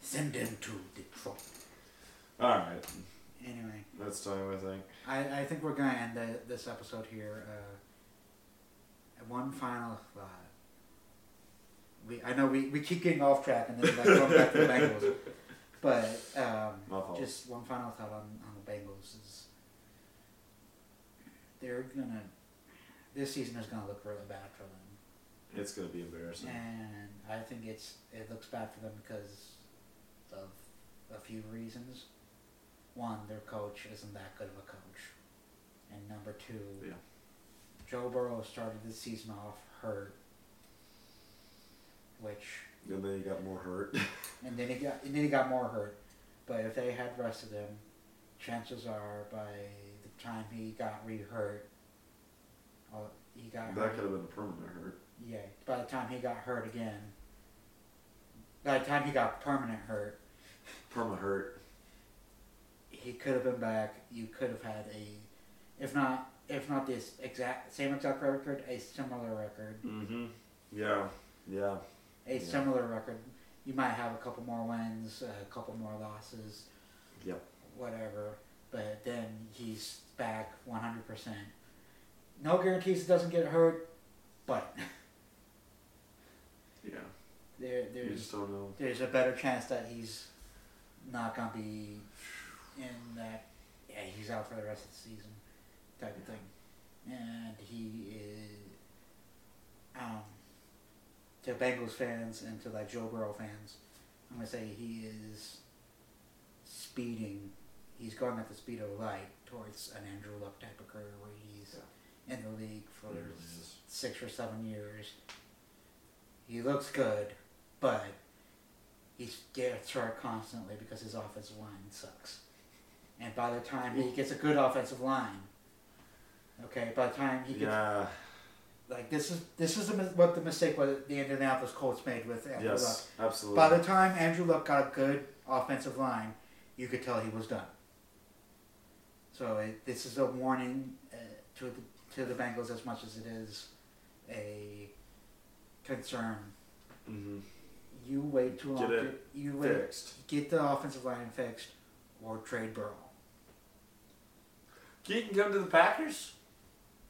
Speaker 2: Send them to Detroit.
Speaker 1: All right,
Speaker 2: Anyway,
Speaker 1: that's time I think.
Speaker 2: I, I think we're gonna end the, this episode here. Uh, one final thought. We I know we, we keep getting off track and then like going back to the Bengals, but um,
Speaker 1: My fault.
Speaker 2: just one final thought on, on the Bengals is they're gonna this season is gonna look really bad for them.
Speaker 1: It's gonna be embarrassing.
Speaker 2: And I think it's it looks bad for them because of a few reasons. One, their coach isn't that good of a coach, and number two,
Speaker 1: Yeah.
Speaker 2: Joe Burrow started the season off hurt, which
Speaker 1: And then he got more hurt.
Speaker 2: and then he got and then he got more hurt. But if they had rested him, chances are by the time he got re-hurt, uh, he got
Speaker 1: That
Speaker 2: hurt
Speaker 1: could have been a permanent hurt.
Speaker 2: yeah, by the time he got hurt again, by the time he got permanent hurt,
Speaker 1: Perma hurt.
Speaker 2: he could have been back. You could have had a, if not, if not this exact same exact record, a similar record,
Speaker 1: Mm-hmm. Yeah. Yeah.
Speaker 2: a
Speaker 1: Yeah.
Speaker 2: similar record. You might have a couple more wins, a couple more losses,
Speaker 1: Yep.
Speaker 2: whatever. But then he's back one hundred percent. No guarantees he doesn't get hurt, but
Speaker 1: Yeah.
Speaker 2: there
Speaker 1: You
Speaker 2: there's
Speaker 1: just don't know.
Speaker 2: there's a better chance that he's not gonna be in that. Yeah, he's out for the rest of the season, type of thing. And he is, um, to Bengals fans and to like Joe Burrow fans, I'm gonna say he is speeding. He's going at the speed of light towards an Andrew Luck type of career where he's in the league for
Speaker 1: He really is.
Speaker 2: six or seven years. He looks good, but he's gets hurt constantly because his offensive line sucks. And by the time he gets a good offensive line, okay, by the time he gets
Speaker 1: Yeah.
Speaker 2: like this is this is the, mis- what the mistake was the Indianapolis Colts made with Andrew
Speaker 1: Yes.
Speaker 2: Luck.
Speaker 1: Absolutely.
Speaker 2: By the time Andrew Luck got a good offensive line, you could tell he was done. So it, this is a warning uh, to the, to the Bengals as much as it is a concern.
Speaker 1: mm-hmm.
Speaker 2: You wait too long.
Speaker 1: Get
Speaker 2: to-
Speaker 1: it
Speaker 2: you wait
Speaker 1: Fixed.
Speaker 2: get the offensive line fixed or trade Burrow.
Speaker 1: Keaton come to the Packers?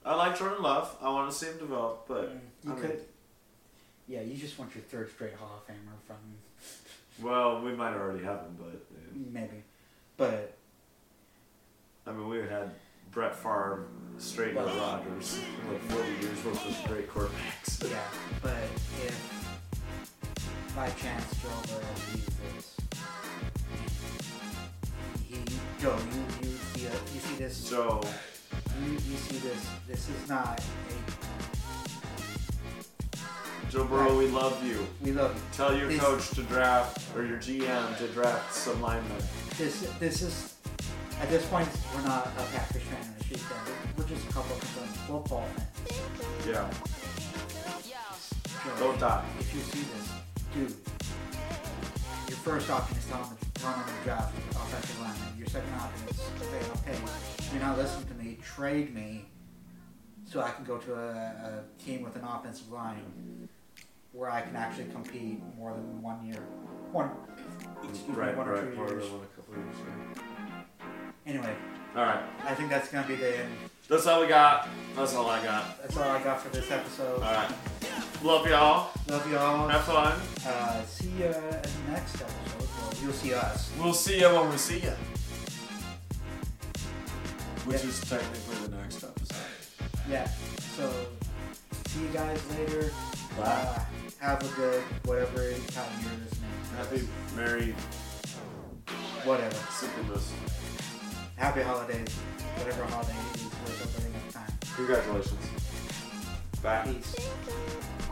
Speaker 1: I like Jordan Love. I want to see him develop, but
Speaker 2: You
Speaker 1: I
Speaker 2: could.
Speaker 1: mean-
Speaker 2: yeah, you just want your third straight Hall of Famer from
Speaker 1: well, we might already have him. But yeah.
Speaker 2: maybe, but
Speaker 1: I mean, we had Brett Favre, straight to Rodgers, like forty years worth of great quarterbacks.
Speaker 2: yeah, but if by chance Joe Burrow leaves this, he Joe, you you you, you see this
Speaker 1: So
Speaker 2: you, you see this this is not a
Speaker 1: Joe Burrow, we love you.
Speaker 2: we love you.
Speaker 1: Tell your
Speaker 2: This-
Speaker 1: coach to draft or your GM to draft some linemen.
Speaker 2: This this is at this point we're not a Packers fan in the street fan. We're just a couple of concerned football fans.
Speaker 1: Yeah,
Speaker 2: Joe.
Speaker 1: don't die.
Speaker 2: if you see this, dude, your first option is telling them, telling them to draft an offensive lineman. Your second option is, hey, okay, you're not listening to me, trade me so I can go to a, a team with an offensive line where I can actually compete more than one year. One, excuse me,
Speaker 1: Right,
Speaker 2: one or
Speaker 1: right.
Speaker 2: two
Speaker 1: more than
Speaker 2: years.
Speaker 1: one, a couple years, yeah.
Speaker 2: Anyway,
Speaker 1: All right,
Speaker 2: I think that's going to be the end.
Speaker 1: that's all we got. That's all I got.
Speaker 2: That's all I got for this
Speaker 1: All
Speaker 2: episode.
Speaker 1: right, love y'all.
Speaker 2: Love y'all.
Speaker 1: Have fun.
Speaker 2: Uh, see you in the next episode. Well, you'll see us.
Speaker 1: We'll see you when we see you. Which
Speaker 2: Yeah.
Speaker 1: is technically the next episode.
Speaker 2: Yeah. So see you guys later.
Speaker 1: Bye.
Speaker 2: Uh, have a good whatever time you're listening. to
Speaker 1: Happy,
Speaker 2: this.
Speaker 1: merry,
Speaker 2: whatever.
Speaker 1: Sickness.
Speaker 2: Happy holidays. Whatever holiday it is, we're celebrating at the time.
Speaker 1: Congratulations. Bye.
Speaker 2: Peace.
Speaker 3: Thank you.